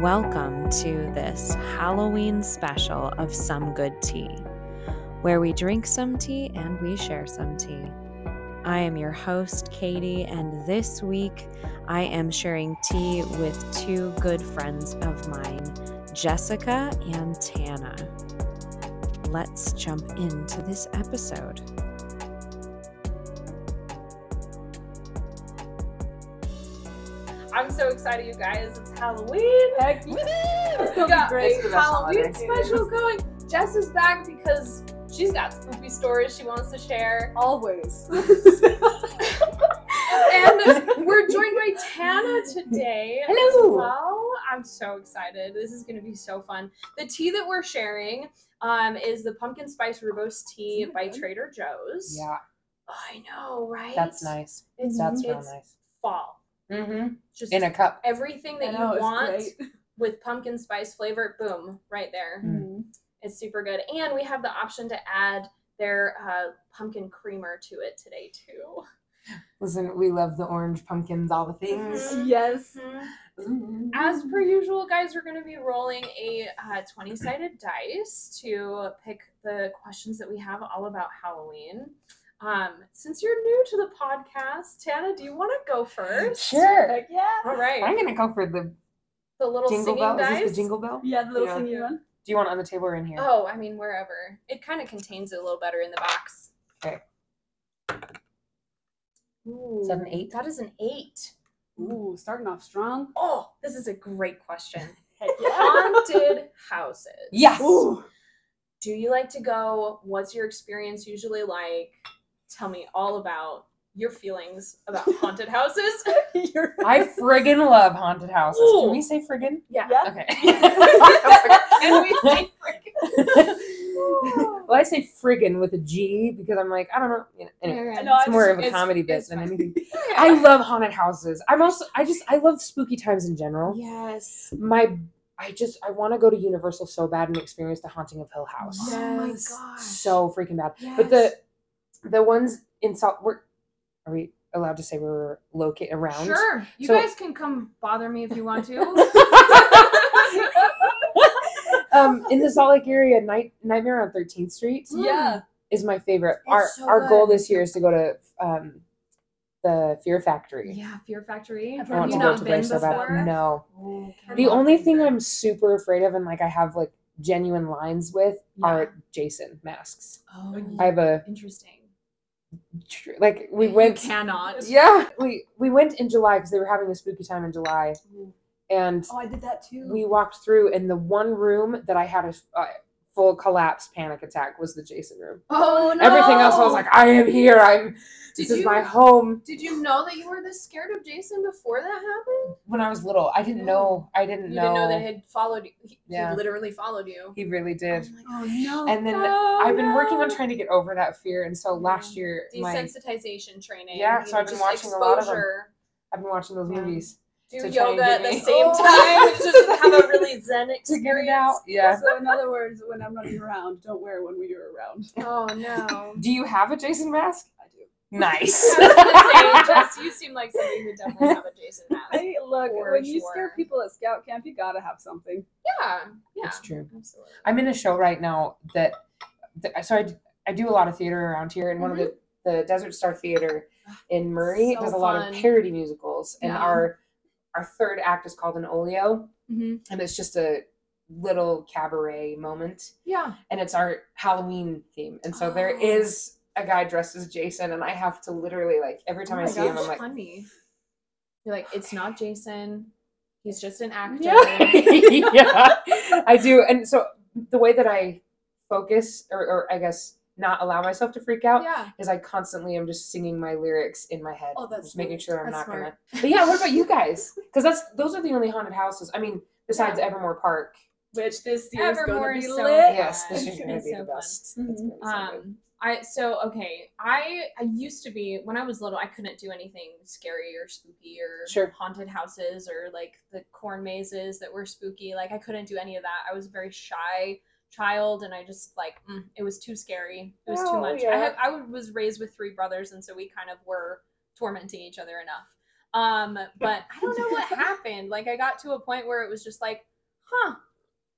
Welcome to this Halloween special of Some Good Tea, where we drink some tea and we share some tea. I am your host, Katie, and this week I am sharing tea with two good friends of mine, Jessica and Tana. Let's jump into this episode. I'm so excited, you guys. It's Halloween. Heck Woo! It's We gonna got be great a for the Halloween holidays. special going. Jess is back because she's got spooky stories she wants to share. Always. And we're joined by Tana today Hello. as well. I'm so excited. This is going to be so fun. The tea that we're sharing um, is the pumpkin spice rubose tea Isn't it by good? Trader Joe's. Yeah, I know, right? That's nice. It's, That's real it's nice. fall. Mm-hmm. Just In a cup. everything that you want with pumpkin spice flavor, boom, right there. Mm. Mm-hmm. It's super good. And we have the option to add their uh, pumpkin creamer to it today, too. Listen, we love the orange pumpkins, all the Mm-hmm. things. Yes. Mm-hmm. As per usual, guys, we're going to be rolling a uh, 20 sided dice to pick the questions that we have all about Halloween. Um, since you're new to the podcast, Tana, do you want to go first? Sure. Heck yeah. All I'm right. gonna go for the The little jingle singing bell. dice. Is this the jingle bell? Yeah, the little Yeah. singing one. Do you want it on the table or in here? Oh, I mean, wherever. It kind of contains it a little better in the box. Okay. Ooh, Is that an eight? That is an eight. Ooh, starting off strong. Oh, this is a great question. Heck Haunted houses. Yes. Ooh. Do you like to go? What's your experience usually like? Tell me all about your feelings about haunted houses. Oh You're I friggin' love haunted houses. Ooh. Can we say friggin'? Yeah. Yeah. Okay. And we say- well, I say friggin' with a G because I'm like, I don't know. you know, Anyway, No, it's more of a it's- comedy bit it's than fine. anything. I love haunted houses. I'm also, I just, I love spooky times in general. Yes. my I just I want to go to Universal so bad and experience the haunting of Hill House. Yeah. Oh my Yes. gosh. So freaking bad. But the the ones in Salt we're are we allowed to say we're located around? Sure. You So- guys can come bother me if you want to. um in the Salt Lake area, Night Nightmare on 13th Street Yeah. is my favorite. Mm-hmm. It's our so our good. goal this year is to go to um the Fear Factory. yeah, Fear Factory. I've I Have want you to go not to been there so before? bad. No. Mm. Come Oh, The on. only thing I'm super afraid of and like I have like genuine lines with Yeah. are Jason masks. Oh, I have a interesting. tr- like we You went cannot. yeah we we went in july because they were having a spooky time in july and Oh, I did that too. we walked through and the one room that i had a uh, full collapse panic attack was the jason room Oh no. everything else i was like i am here Did i'm this is you- my home Did you know that you were this scared of Jason before that happened? when i was little i didn't No. know i didn't You know didn't know that he had followed you. He, he Yeah. literally followed you. he really did Oh no. and then Oh, i've been working on no. trying to get over that fear and so last Yeah. year my, desensitization training. Yeah, you so know, I've been just watching a lot of 'em. exposure. i've been watching those Yeah. movies Do To try and yoga at get the me- same Oh. time. Just have a really zen to get experience. it out yeah So in other words, when I'm running around, don't wear one when you're around. Oh no. do you have a jason mask I do. nice I was gonna say, Jess, you seem like somebody who would definitely have a Jason mask. Hey, look, For when you scare sure. people at scout camp, you gotta have something. Yeah, yeah, it's true absolutely. I'm in a show right now that, that so I, d- I do a lot of theater around here, and one of the the Desert Star Theater in Murray Mm-hmm. So does a lot fun. of parody musicals, and Yeah. our our third act is called an olio, Mhm. and it's just a little cabaret moment, Yeah. and it's our Halloween theme, and so there Oh. is a guy dressed as Jason, and I have to literally like every time oh I my see him, gosh, I'm like. funny. You're like, it's not Jason. He's just an actor. yeah, I do. And so the way that I focus, or, or I guess not allow myself to freak out, Yeah. is I constantly am just singing my lyrics in my head. Oh, that's just making sure I'm That's not gonna. But yeah, what about you guys? Because that's those are the only haunted houses. I mean, besides Evermore Park. Which this year's Evermore gonna be is so lit. fun. Yes, this It's is gonna gonna be be so the fun. best. It's Mhm. gonna be so good. Um, I so okay. I I used to be when I was little. I couldn't do anything scary or spooky or Sure. haunted houses or like the corn mazes that were spooky. Like I couldn't do any of that. I was a very shy child, and I just like mm, it was too scary. It was too Oh, much. I yeah. have I was raised with three brothers, and so we kind of were tormenting each other enough. Um, but I don't know what happened. Like I got to a point where it was just like huh,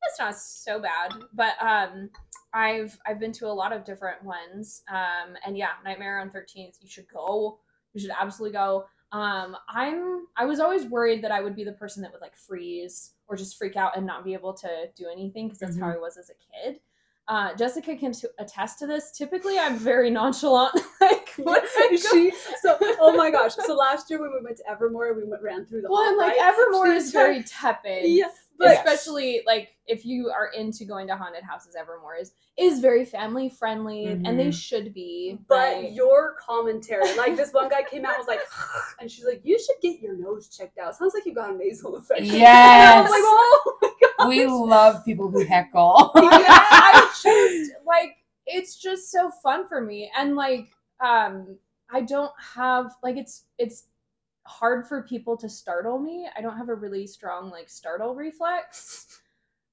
that's not so bad. But um, I've I've been to a lot of different ones. Um, and yeah, Nightmare on Thirteenth. You should go. You should absolutely go. Um, I'm I was always worried that I would be the person that would like freeze or just freak out and not be able to do anything because that's Mm-hmm. how I was as a kid. Uh, Jessica can t- attest to this. Typically, I'm very nonchalant. like, when I go- she so oh my gosh. So last year when we went to Evermore, we went ran through the Well, hall, and like right? Evermore She's is very tepid. Yeah, but especially like if you are into going to haunted houses, Evermore is is very family friendly, and they should be. but right? your commentary, like this one guy came out and was like, and she's like, you should get your nose checked out. Sounds like you got a nasal infection. And I was Yes. like, oh, We love people who heckle. yeah, I just like it's just so fun for me, and like um, I don't have like it's it's hard for people to startle me. I don't have a really strong like startle reflex.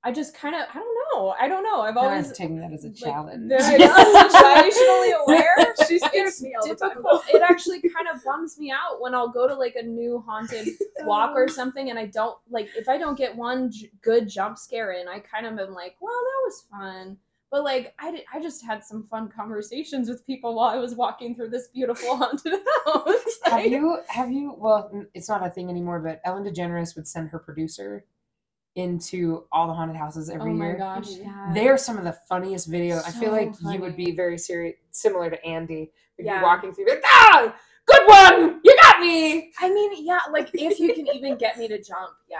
I just kind of I don't know. I don't know. I've always Always taking that as a like, challenge. very situationally aware. she scares it's me all the time. difficult. it actually kind of bums me out when I'll go to like a new haunted walk or something, and I don't like if I don't get one j- good jump scare in, I kind of am like, well, that was fun. But like I, did, I just had some fun conversations with people while I was walking through this beautiful haunted house. Have Like, you have you well n- it's not a thing anymore, but Ellen DeGeneres would send her producer into all the haunted houses oh every my year. gosh, Mhm. yeah. They are some of the funniest videos. I feel So like you would be funny. very serious similar to Andy. You'd Yeah. be walking through like, ah, good one! You got me. I mean, yeah, like if you can even get me to jump, yeah.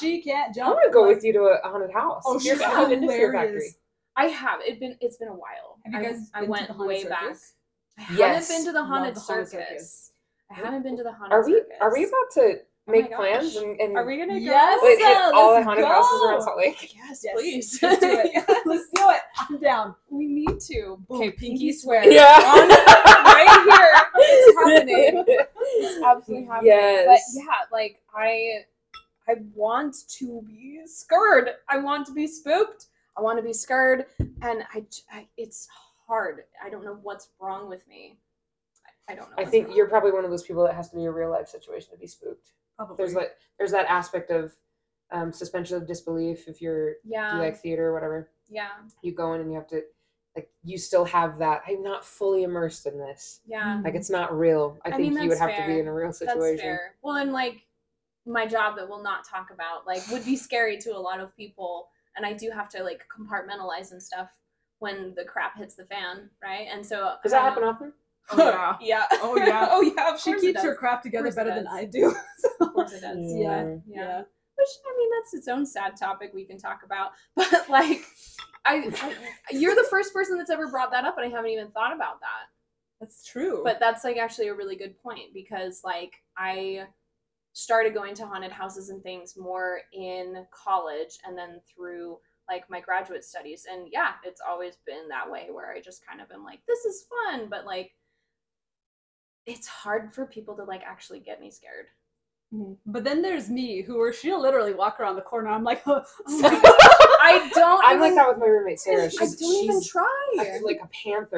She can't jump. I'm gonna go with you to a haunted house. Oh, You're she's found in Fear Factory. hilarious. I have. It been it's been a while. Have you I- guys I, been to went the haunted way back. circus? I Yes. haven't been to the Love haunted, the haunted circus. circus. I haven't been to the haunted Are we circus. are we about to Oh my make gosh. plans and, and Are we gonna go? Yes. like, hit all the Let's haunted houses around go. Salt Lake? Yes, Yes, please. Let's do it. Let's do it. I'm down. we need to. Boom, Okay, pinky pinky swear. swear. On it, right here. It's happening. it's absolutely happening. But Yes. yeah, like I I want to be scared. I want to be spooked. I want to be scared and I, j- I- it's hard. I don't know what's wrong with me. I, I don't know. I what's think wrong. you're probably one of those people that has to be a real life situation to be spooked. Probably. There's like there's that aspect of um, suspension of disbelief if you're yeah. you like theater or whatever. yeah. You go in and you have to like you still have that. I'm not fully immersed in this. Yeah. Like it's not real. I, Mm-hmm. I think mean, you would that's have to fair. be in a real That's situation. fair. Well, and like my job that we'll not talk about, like, would be scary to a lot of people. And I do have to like compartmentalize and stuff when the crap hits the fan, right? And so Does that I don't- happen often? Oh, yeah. yeah. Oh, yeah. oh yeah. Of she course it keeps her does. crap together course it better than does. I do. Of course it does. Yeah. yeah. yeah. which I mean that's its own sad topic we can talk about. But like, I, I you're the first person that's ever brought that up, and I haven't even thought about that. That's true. But that's like actually a really good point because like I started going to haunted houses and things more in college and then through like my graduate studies and yeah it's always been that way where i just kind of am like this is fun but like it's hard for people to like actually get me scared But then there's me, who or she'll literally walk around the corner. I'm like, oh, oh my God. i don't I'm like even- that with my roommate Sarah. She's, I don't even she's try. I feel like a panther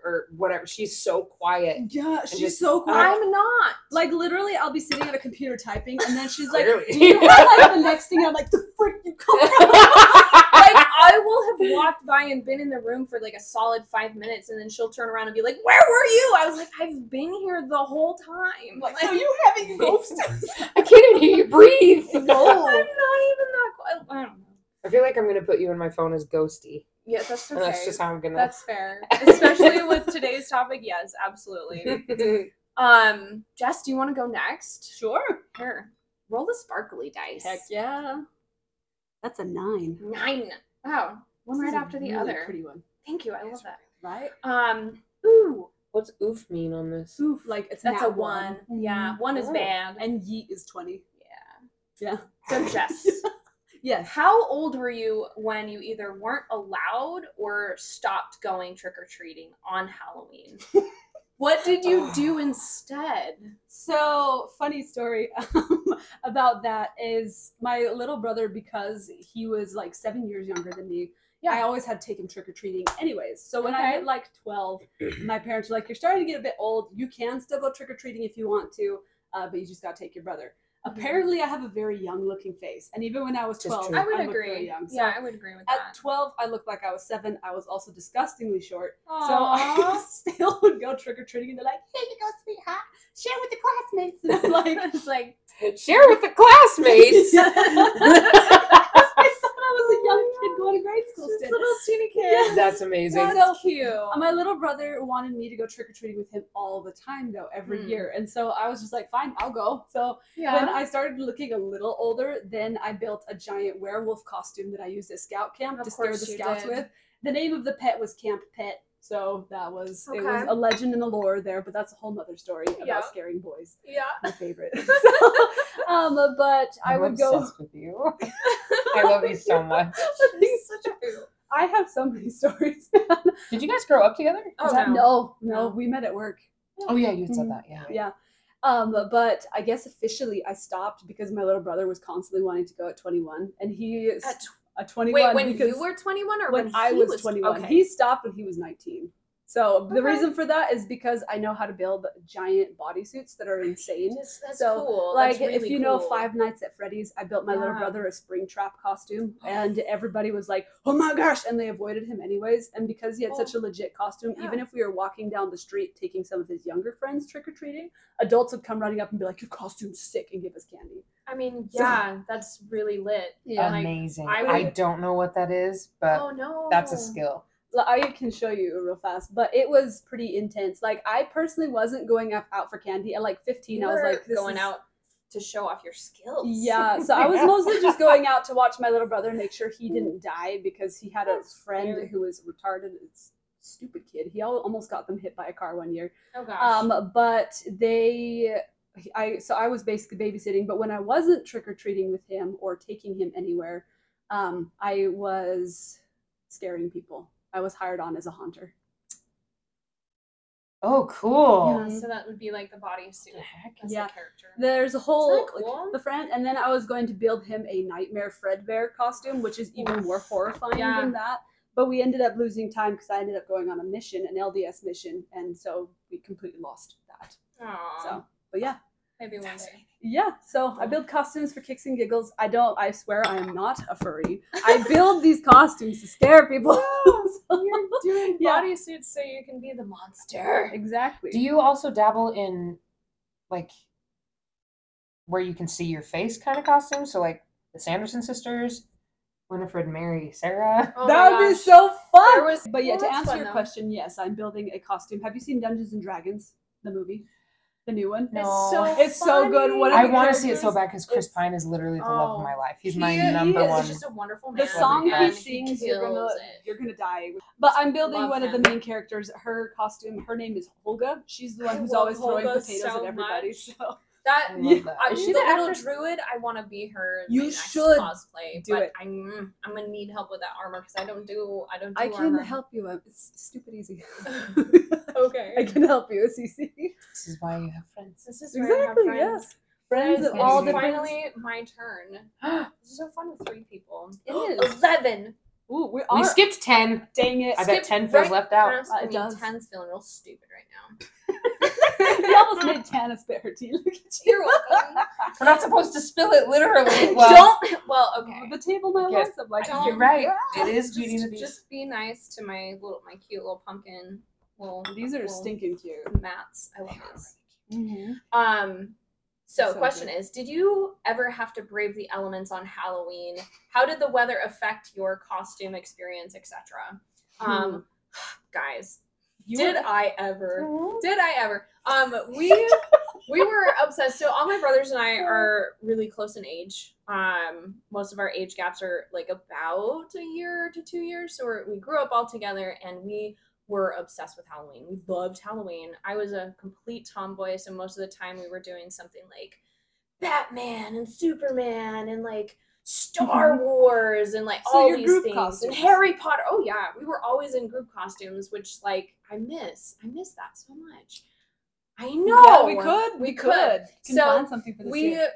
or, or whatever. She's so quiet. yeah, she's just- so cool. I'm not. like literally, I'll be sitting at a computer typing, and then she's like, Clearly. do you know, like the next thing I'm like, the frick you come from? Like I will have walked by and been in the room for like a solid five minutes, and then she'll turn around and be like, "Where were you?" I was like, "I've been here the whole time." I'm like, so you having ghosts? I can't even hear you breathe. I'm not even that. qu- I I don't know. I feel like I'm gonna put you in my phone as ghosty. Yeah, that's And okay. That's just how I'm gonna. That's fair, especially with today's topic. Yes, absolutely. Um, Jess, do you want to go next? sure. Sure. Roll the sparkly dice. Heck yeah. That's a nine. Nine. Wow, one right This is a after the really other. Pretty one, Thank you. I love that. right? Um. Ooh. What's oof mean on this? Oof, like it's That's nat a one. Yeah, one is Oh. bad. and yeet is twenty. yeah. Yeah. So Jess, Yes. how old were you when you either weren't allowed or stopped going trick or treating on Halloween? what did you Oh. do instead? So funny story um, about that is my little brother because he was like seven years younger than me. Yeah. I always had to take him trick or treating. Anyways, so when I Okay. hit like twelve, my parents were like, "You're starting to get a bit old. You can still go trick or treating if you want to, uh, but you just gotta take your brother." Mm-hmm. Apparently, I have a very young looking face, and even when I was This is twelve, true. I would looked very agree. young. So yeah, I would agree with At that. 12, I looked like I was seven. I was also disgustingly short. So I Aww. still would go trick or treating and they're like, here you go, sweetheart. Share with the classmates. And I'm like, it's like Share with the classmates. I thought I was a young kid going to grade school this still. little teeny kid. Yeah. That's amazing. Yeah. That's cute. Uh, My little brother wanted me to go trick or treating with him all the time, though, every Hmm. year. And so I was just like, fine, I'll go. So when I started looking a little older, then I built a giant werewolf costume that I used at scout camp Of to scare the course you scouts did. with. The name of the pet was Camp Pet. So that was it was Okay. a legend and a lore there, but that's a whole nother story about Yeah. scaring boys. Yeah. My favorite. So, um, but I I'm would go. obsessed with you. I love you so much. She's such a boo. I have so many stories. Did you guys grow up together? Is Oh, that- No. no, No. no, we met at work. Oh yeah, you had Mm. said that. Yeah. yeah um but i guess officially i stopped because my little brother was constantly wanting to go at 21 and he is At tw- at 21 Wait, when because you were 21 or when, when, i he was 21 Okay. he stopped when he was 19 so the Okay. reason for that is because i know how to build giant bodysuits that are insane That's, that's So, cool. like That's really if you know cool. Five Nights at Freddy's, I built my little Yeah. brother a spring trap costume, and everybody was like, "Oh my gosh!" and they avoided him anyways. And because he had such a legit costume, Yeah. even if we were walking down the street taking some of his younger friends trick or treating, adults would come running up and be like, "Your costume's sick," and give us candy. I mean, So- yeah, that's really lit. Yeah. Like, Amazing. I I, would- don't know what that is, but oh no, that's a skill. L- I can show you real fast, but it was pretty intense. Like I personally wasn't going up out for candy. At like 15, You I was were like, this going is- out to show off your skills. Yeah, so I was Yeah. mostly just going out to watch my little brother make sure he didn't die because he had a That's friend weird. who was retarded. It's stupid kid. He al- almost got them hit by a car one year. Oh gosh. Um, but they, I so I was basically babysitting. But when I wasn't trick or treating with him or taking him anywhere, um, I was scaring people. I was hired on as a haunter. Oh, cool. yeah, so that would be like the bodysuit. heck? That's Yeah. the character. There's a whole Isn't that cool? the friend, and then I was going to build him a nightmare Fredbear costume, which is even more horrifying Yeah. than that. But we ended up losing time because I ended up going on a mission, an LDS mission, and so we completely lost that. Aw, So, but yeah, maybe one day. yeah. So I build costumes for kicks and giggles. I don't. I swear, I am not a furry. I build these costumes to scare people. You're doing Yeah. bodysuits so you can be the monster. exactly. Do you also dabble in like where you can see your face kind of costumes? So like the Sanderson sisters, Winifred, Mary, Sarah. Oh that my would be gosh. so fun. There was- but yeah, well, to that's answer fun, your though. question, yes, I'm building a costume. Have you seen Dungeons and Dragons, the movie, the new one? No. It's so It's so good. funny. What I the want to see it so characters- bad because Chris it's- Pine is literally the love oh, of my life. He's He- my he number is one. He's just a wonderful man. the song he and Everything. sings, you're gonna kills it. you're gonna die. But I'm building Love one of him. the main characters. Her costume, her name is Holga. She's the I one who's love always throwing Holga potatoes so at everybody. much. So That I Yeah. love that. I, Is she's she the the little actress- druid. I want to be her. in You my next should cosplay, do but it. I'm I'm gonna need help with that armor because I don't do I don't. Do I can armor. help you. out. It's stupid easy. Okay. I can help you, CC. This is why you have friends. This is Exactly. Where I have friends. Yes. Friends Guys, of it's all it is different. finally my turn. This is so fun with three people. It is. Eleven. Ooh, we we are. skipped ten. Dang it. I Skip bet ten feels right left out. Honestly, Uh, it me, does. Ten's feeling real stupid right now. you almost made Tana spit her tea. Look at you. You're welcome. We're not supposed to spill it literally. don't. Well, okay. The table my Yes. lives. I'm like, Don't- you're right. "Ah." It is Just, Beauty and the Beast. just be nice to my little, my cute little pumpkin. Little These are little stinking cute. mats. I love these. Mm-hmm. Um, so, So question good. is, did you ever have to brave the elements on Halloween? How did the weather affect your costume experience, etc.? Um, guys, Hmm. You did were- I ever? Did I ever? Um, we we were obsessed. So all my brothers and I are really close in age. Um, most of our age gaps are like about a year to two years. So we're, we grew up all together, and we were obsessed with Halloween. We loved Halloween. I was a complete tomboy, so most of the time we were doing something like Batman and Superman and like Star Wars and like Mm-hmm. So all your these group things and costumes. Harry Potter. Oh yeah, we were always in group costumes, which like I miss. I miss that so much. I know Yeah, we could. We We could. Can So, plan something for this we uh, eh, year.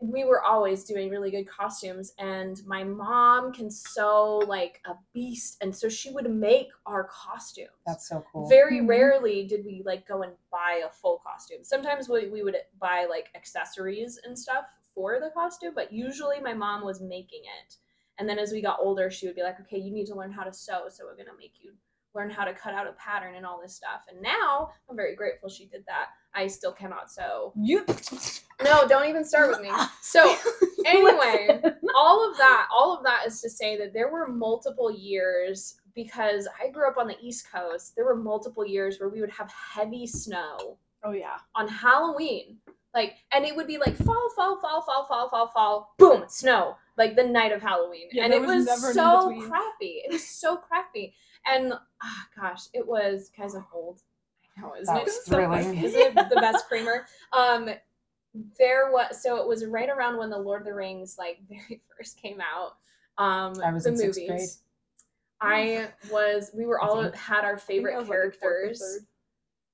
we were always doing really good costumes and my mom can sew like a beast and so she would make our costumes That's so cool. very Mhm. rarely did we like go and buy a full costume sometimes we, we would buy like accessories and stuff for the costume but usually my mom was making it and then as we got older she would be like okay you need to learn how to sew so we're going to make you learn how to cut out a pattern and all this stuff and now i'm very grateful she did that i still cannot sew You no don't even start with me so anyway all of that all of that is to say that there were multiple years because i grew up on the east coast there were multiple years where we would have heavy snow oh yeah. on halloween like and it would be like fall fall fall fall fall fall fall boom snow like the night of halloween Yeah, and there it was was never an so in-between. crappy it was so crappy and ah, gosh it was guys i'm old i know isn't That it was so thrilling. funny? isn't it the best creamer um there was so it was right around when the lord of the rings like very first came out um I was the in movies sixth i was we were I all think. had our favorite characters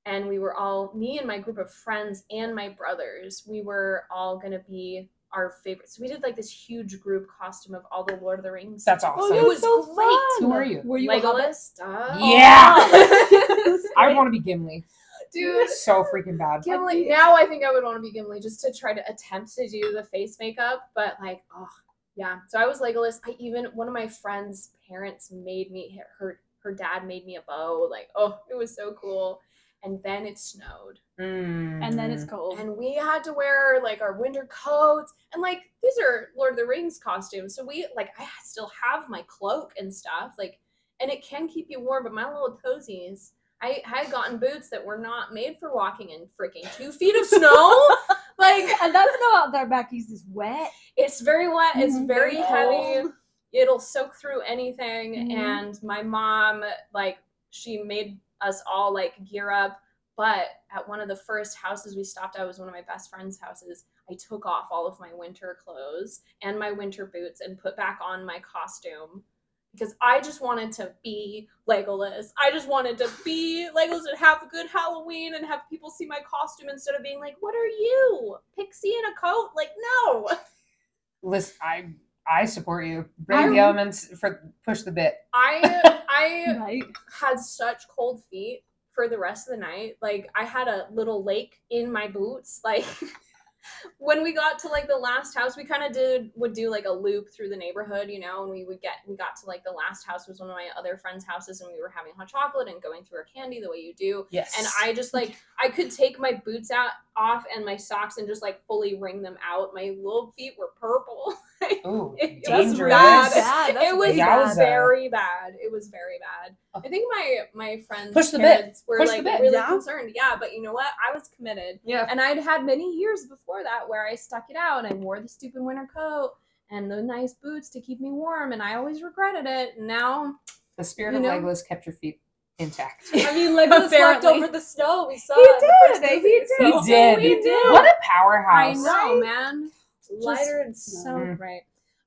and we were all me and my group of friends and my brothers we were all going to be our favorites so we did like this huge group costume of all the lord of the rings That's Oh, awesome. that it was was so great. fun. Who are you? Were you a hobbit? legolas duh. Yeah! I want to be Gimli. dude So freaking bad. gimli be- now i think i would want to be gimli just to try to attempt to do the face makeup but like oh yeah so i was legolas i even one of my friends parents made me her her dad made me a bow like oh it was so cool and then it snowed And then it's Mm. cold. and we had to wear like our winter coats and like these are lord of the rings costumes so we like i still have my cloak and stuff like and it can keep you warm but my little cozies i had gotten boots that were not made for walking in freaking two feet of snow like and that's snow out there back east is wet. it's very wet it's Mhm. very heavy Cold. it'll soak through anything Mhm. and my mom like she made us all like gear up but at one of the first houses we stopped at was one of my best friend's houses i took off all of my winter clothes and my winter boots and put back on my costume because i just wanted to be legolas i just wanted to be legolas and have a good halloween and have people see my costume instead of being like what are you pixie in a coat like no Listen, I I support you. Brave the I'm- elements for push the bit. I I Right. had such cold feet for the rest of the night. Like I had a little lake in my boots. Like when we got to like the last house, we kind of did would do like a loop through the neighborhood, you know, and we would get we got to like the last house was one of my other friends' houses and we were having hot chocolate and going through our candy the way you do. Yes. And I just like I could take my boots out off and my socks and just like fully wring them out. My little feet were purple. Ooh, That's dangerous. really bad. That's it was really bad. very bad. It was very bad. I think my my friends Push the bit. parents were Push the like bit, really yeah. concerned. Yeah, but you know what? I was committed, Yeah. and I'd had many years before that where I stuck it out. I wore the stupid winter coat and the nice boots to keep me warm, and I always regretted it. And Now, The spirit You of know? Legolas kept your feet intact. I mean, Legolas slept Apparently. over the snow. We saw He it in the first did, he movie, did. so- He did. We did. What a I powerhouse. Mm. know, man. Lighter and so no. bright.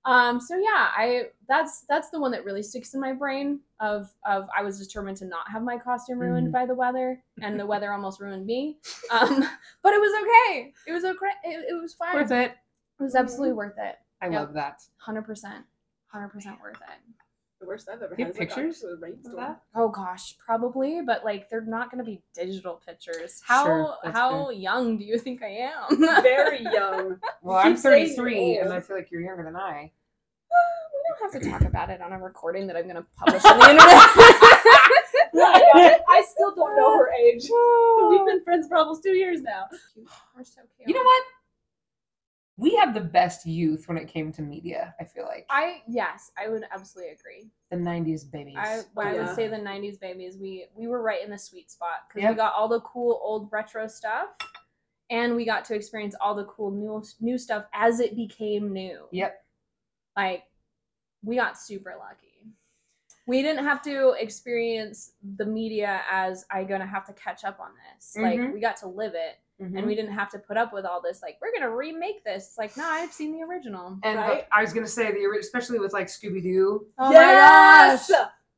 Um, so yeah, I that's that's the one that really sticks in my brain of of I was determined to not have my costume ruined Mhm. by the weather, and the weather almost ruined me. Um, but it was okay. It was okay. It, it was fine. Worth it. It was absolutely worth it. I Yeah. love that. Hundred percent. Hundred percent worth it. the worst I've ever You had. have pictures of of that? Oh gosh, probably, but like they're not gonna be digital pictures. How Sure, that's how young do you think I am? Very young. Well, keep I'm saying you're 33, and old. I feel like you're younger than I. we don't have to talk about it on a recording that I'm going to publish on the internet. I still don't know her age. We've been friends for almost two years now. We're so cute. You know what? We have the best youth when it came to media. I feel like I yes, I would absolutely agree. the 90s babies. I, Oh, I yeah. would say the '90s babies. We we were right in the sweet spot because Yep. we got all the cool old retro stuff, and we got to experience all the cool new new stuff as it became new. Yep. Like, we got super lucky. We didn't have to experience the media as I'm gonna have to catch up on this. Like, Mhm. we got to live it. Mhm. and we didn't have to put up with all this like we're gonna remake this It's like no i've seen the original And uh, oh Right? Oh I was gonna say the ori- especially with like Scooby Doo. oh yes!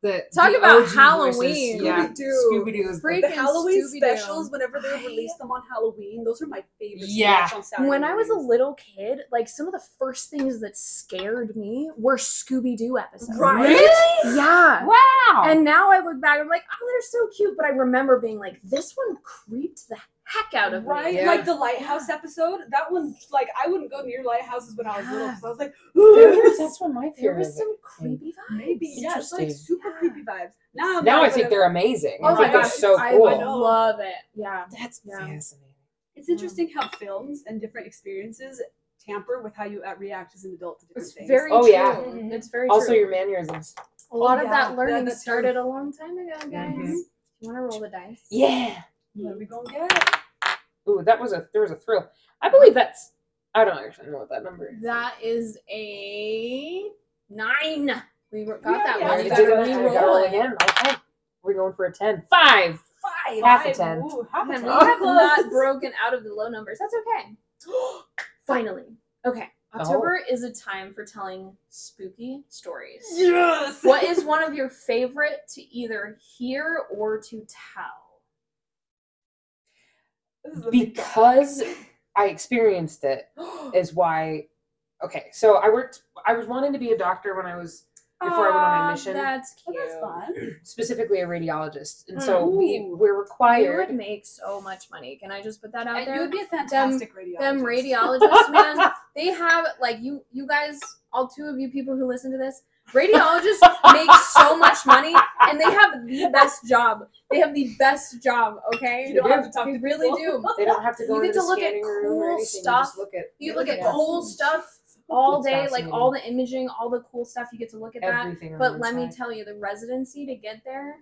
the Talk the about OG versus- Halloween. yeah, Scooby-Doo. Scooby Doo is The the Freak- Freaking Halloween Scooby-Doo. specials, whenever they would release them on Halloween, those are my favorites. to Yeah. watch on Saturday When I was a mornings. little kid, like some of the first things that scared me were Scooby Doo episodes. Right? Yeah. wow. And now I look back, I'm like, oh, they're so cute. But I remember being like, this one creeped the heck out of Right, me. Yeah. like the lighthouse episode. That one, like, I wouldn't go near lighthouses when I was little Yeah. because I was like, that's one of my There favorites. was some creepy vibes. maybe yeah, it's like Interesting. super creepy vibes. Now, I'm now not I think gonna- they're amazing. Oh I think my they're gosh, so I cool. would love it. Yeah. Mm. That's Yeah. fascinating. It's interesting how films and different experiences tamper with how you uh, react as an adult to different It's things. very Oh, true. yeah. Mhm. It's very Also, true. your mannerisms. A lot Oh, of yeah. that learning Yeah, that's true. started a long time ago, guys. Mhm. You want to roll the dice? Yeah. what are we gonna get? Ooh, that was a there was a thrill. I believe that's. I don't actually know what that number is. That is a nine. We were- got Yeah, that yeah, one. I you You did it gotta I gotta re-roll roll it. again. Okay. We're going for a ten. Five. Five. Half a Five. ten. Ooh, half a Man, ten. we have not broken out of the low numbers. That's okay. Finally. Okay. Oh. October is a time for telling spooky stories. Yes. What is one of your favorite to either hear or to tell? This is a big one. because Oh, I experienced it is why. Okay, so I worked. I was wanting to be a doctor when I was before I went on my Aw, mission, Ah, That's Oh, cute. that's fun. specifically a radiologist, and so we Ooh. we're Hmm. You would required. make so much money. Can I just put that out And there? you would be a fantastic radiologist. them radiologists, man, they have like you you guys, all two of you people who listen to this, radiologists make so much money and they have the best job. They have the best job, okay? You don't have to talk They to really people. do. They don't have to go You into get the to look at scanning room or cool anything. you stuff. Just look at You look at Yeah. cool stuff all That's day, like fascinating. all the imaging, all the cool stuff. You get to look at that. everything. on But the let me inside. tell you, the residency to get there,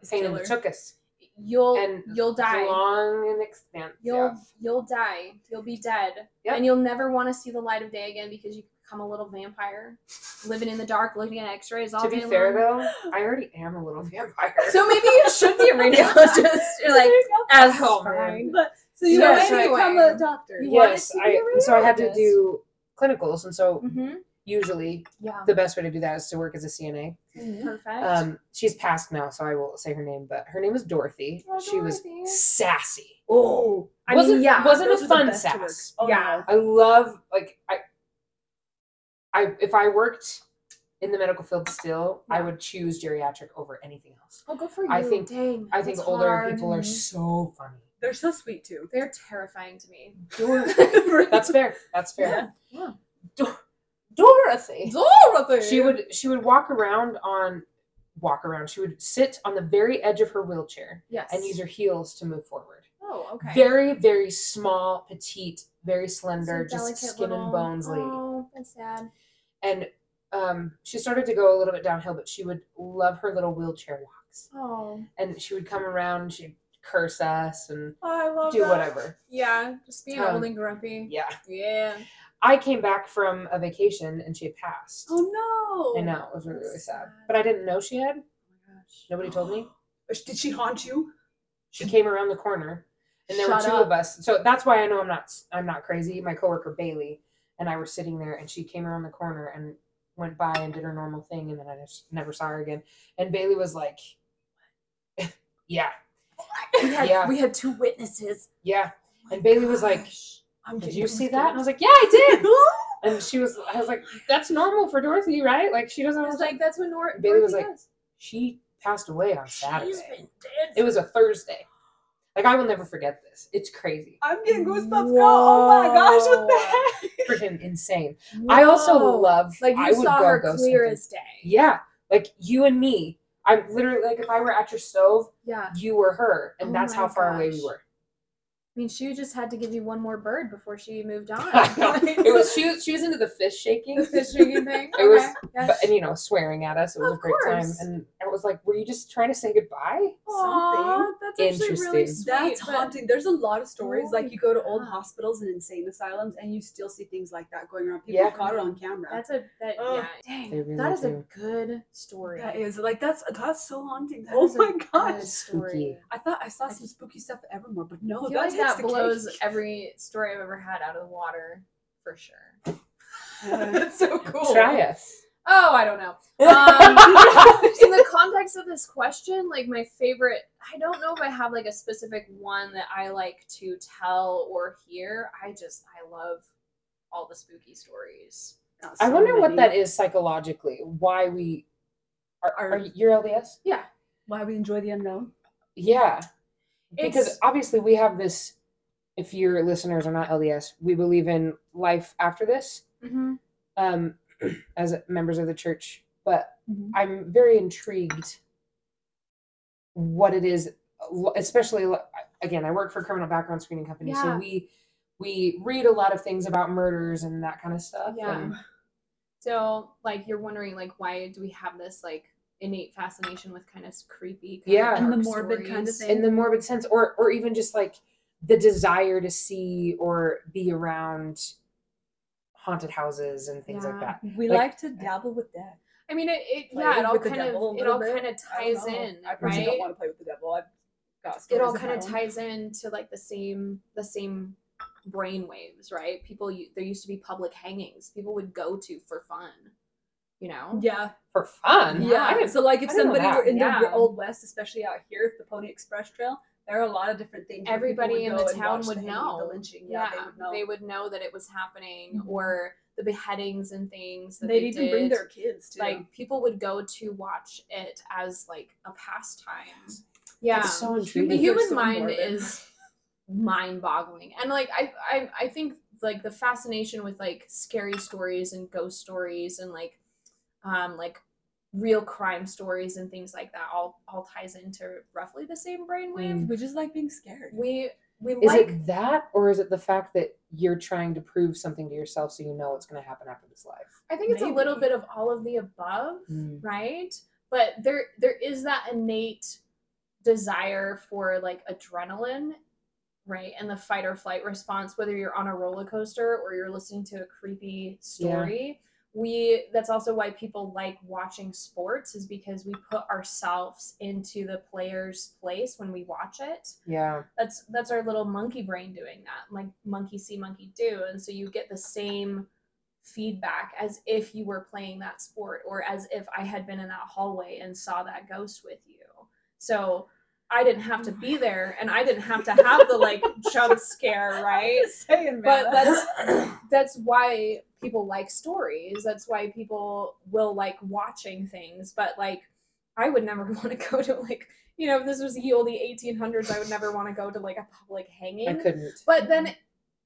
It's Pain and killer. took us. you'll And you'll It's die. long and expansive. You'll you'll die. You'll be dead. Yep. And you'll never want to see the light of day again because you become a little vampire, living in the dark, looking at X-rays all To day be fair, long. though, I already am a little vampire. So maybe you should be a radiologist. You're like, as Oh, fine. But So so you want to anyway. become a doctor. You wanted yes, to be I. a So I had to radiologist. do clinicals, and so Mm-hmm. usually Yeah. the best way to do that is to work as a CNA. Mm-hmm. Perfect. Um, she's passed now, so I won't say her name, but her name was Dorothy. Oh, she was Dorothy. sassy. Oh, I wasn't mean, yeah. wasn't those a are the fun best to work. sass. Oh, Yeah. I love like I, I if I worked in the medical field still, I would choose geriatric over anything else. oh, go for you. I think- Dang, I think that's older hard. people are so funny. They're so sweet too. They're terrifying to me. That's fair. That's fair. Yeah. Dor- Dorothy. Dorothy. She would she would walk around on walk around. She would sit on the very edge of her wheelchair Yes. and use her heels to move forward. Oh, okay. Very, very small, petite, very Some slender, just delicate skin little- and bones lady. Oh, that's sad. And um, she started to go a little bit downhill, but she would love her little wheelchair walks. Oh. And she would come around, she'd curse us and I love do whatever. Yeah, just being Um, old and grumpy. Yeah. Yeah. I came back from a vacation and she had passed. Oh no! I know, it was really, really that's sad. sad. But I didn't know she had. Gosh. Nobody told me. Did she haunt you? She came around the corner, and there Shut were two up. of us. So that's why I know I'm not I'm not crazy. My coworker Bailey and I were sitting there, and she came around the corner and went by and did her normal thing, and then I just never saw her again. And Bailey was like, "Yeah, We had, Yeah. we had two witnesses. yeah." And Bailey was like, I'm "Did getting you see that?" And I goosebumps. was like, "Yeah, I did." And she was, I was like, "That's normal for Dorothy, right? Like she doesn't." I was like, that's what Nor- Bailey was Dorothy like, "She passed away on Saturday. does. been dead. It was a Thursday. Like I will never forget this. It's crazy, I'm getting goosebumps, girl. Oh my gosh, what the heck? freaking insane." I also Whoa. love like you I would saw go her ghost clear hunting. as day. Yeah, like you and me. I'm literally like if I were at your stove, Yeah. you were her, and Oh that's my how far away we gosh. were. I mean, she just had to give you one more bird before she moved on. I know. It was she. was- She was into the fish shaking, the fishing thing. It was- Okay. Yes. but, and you know, swearing at us. It was Of a great course. time, and I was like, "Were you just trying to say goodbye?" Aw, that's actually really interesting. sweet. That's but- haunting. There's a lot of stories Holy like you go to old crap. hospitals and insane asylums, and you still see things like that going around. People Yeah. caught it on camera. That's a that Ugh. yeah. Dang, They really that is do. a good story. that is like that's that's so haunting. That oh is a my good gosh! story. Spooky. I thought I saw some spooky stuff at Evermore, but no, I feel that like takes that the blows cake. every story I've ever had out of the water for sure. Yeah, it's so cool. Try us. Oh, I don't know. Um, in the context of this question, like my favorite, I don't know if I have like a specific one that I like to tell or hear. I just, I love all the spooky stories. Not I so wonder what many. that is psychologically. Why we are, Are- are you- you're LDS? Yeah. Why we enjoy the unknown. Yeah. because It's- obviously we have this if your listeners are not LDS, we believe in life after this Mm-hmm. um as members of the church, but Mm-hmm. Mhm. I'm very intrigued what it is especially again, I work for a criminal background screening company, so Yeah. we we read a lot of things about murders and that kind of stuff. Yeah. and- So, like, you're wondering, like, why do we have this, like, innate fascination with kind of creepy, kind Yeah. of And the dark morbid kind of stories? thing. in the morbid sense or or even just like the desire to see or be around haunted houses and things like Yeah. that We Like- like to dabble with that. I mean, it, it Play yeah, it all with the kind devil a of it little all bit. kind of ties in, I personally don't right? want to play with the devil. I've got It stories all of kind of my own. ties in to like the same the same brain waves, right? People, u- there used to be public hangings people would go to for fun, you know. Yeah, for fun. I yeah. didn't- So like, if I didn't know somebody that. were in the Yeah. old west, especially out here, if the Pony Express Trail, there are a lot of different things. where people Everybody would in go the and town watch would the hanging, know. the lynching. Yeah, they would know. that it was happening, Mhm. or the beheadings and things that They'd they even did. bring their kids too. like people would go to watch it as like a pastime. Yeah, It's so the intriguing. Humans are human so mind morbid. is mind-boggling and like I, I i think like the fascination with like scary stories and ghost stories and like um like real crime stories and things like that all all ties into roughly the same brainwave we just like being scared. we we Mm. Is like it that or is it the fact that you're trying to prove something to yourself so you know what's going to happen after this life? i think it's a little maybe. bit of all of the above right but there there is that innate desire for like adrenaline right and the fight or flight response whether you're on a roller coaster or you're listening to a creepy story we that's also why people like watching sports is because we put ourselves into the player's place when we watch it Yeah. that's that's our little monkey brain doing that like monkey see monkey do and so you get the same feedback as if you were playing that sport or as if i had been in that hallway and saw that ghost with you so i didn't have to be there and i didn't have to have the like jump scare right saying, but that's that's why people like stories that's why people will like watching things but like i would never want to go to like you know if this was the oldie 1800s i would never want to go to like a public hanging I couldn't. but then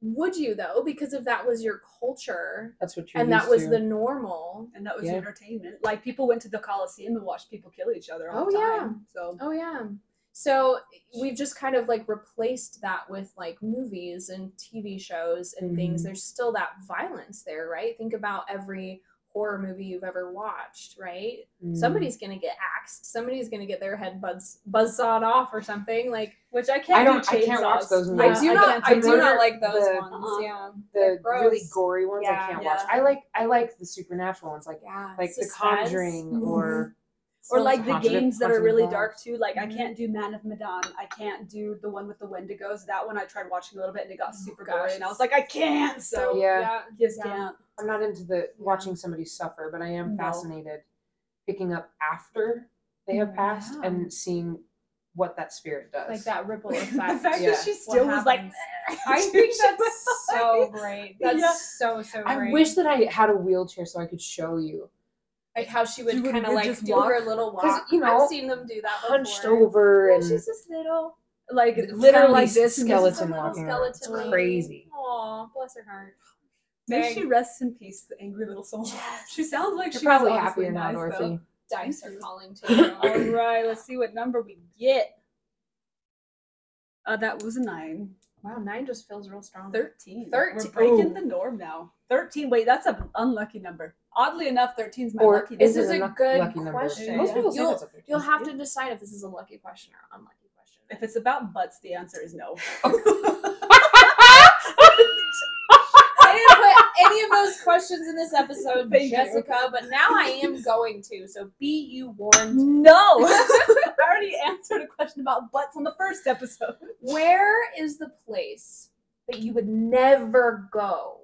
would you though because if that was your culture That's what you're and that used was to. the normal and that was Yeah. entertainment. Like people went to the Coliseum and watched people kill each other all Oh, the yeah. time. So oh yeah so we've just kind of like replaced that with like movies and tv shows and things Mhm. there's still that violence there right think about every horror movie you've ever watched right Mm. somebody's gonna get axed somebody's gonna get their head buzz buzzsawed off or something like which I can't. I don't. do I can't watch chainsaws. those i movies. do not i can't- do not the- like those the- ones uh-uh. yeah The really gross. gory ones. Yeah. I can't watch. Yeah. I like. I like the supernatural ones, like yeah like The suspense. Mm-hmm. Conjuring or or like the Haunted- games that are Haunted really Dolls. dark too. Like Mhm. I can't do Man of Medan. I can't do the one with the Wendigos. That one I tried watching a little bit and it got super gory, Oh, gosh. and I was like, I can't. so So Yeah. yeah just yeah. can't. I'm not into the watching somebody suffer, but I am No. fascinated picking up after they have passed Mm, Yeah. and seeing what that spirit does. like that ripple the effect fact Yeah. that she What still was like, happens. I think that's so great. That's Yeah. so so I great. wish that I had a wheelchair so I could show you. like how she would She would- kind of would like just do walk. her little 'Cause, walk. you know, I've seen them do that Hunched before. over Yeah, and she's just little, like Th- kinda literally like this and this is just a skeleton little walking around. It's skeleton. lady. crazy. Aw, bless her heart. May Dang. she rest in peace, the angry little soul. She sounds like You're she's probably honestly happier now, nice, though. Dorothy. Dice are calling to All you. right, let's see what number we get. Uh, that was a nine. wow, nine just feels real strong. 13. We're Thirteen. breaking Ooh. the norm now. 13. Wait, that's an unlucky number. Oddly enough, 13 is my Or lucky is This it is number. a luck- good lucky number? question. Most people say You'll- that's a thirteen. You'll have to decide if this is a lucky question or unlucky question. If it's about butts, the answer is no. I didn't put any of those questions in this episode, Thank you. Jessica, but now I am going to. So be you warned. no! I already answered a question about butts on the first episode. Where is the place that you would never go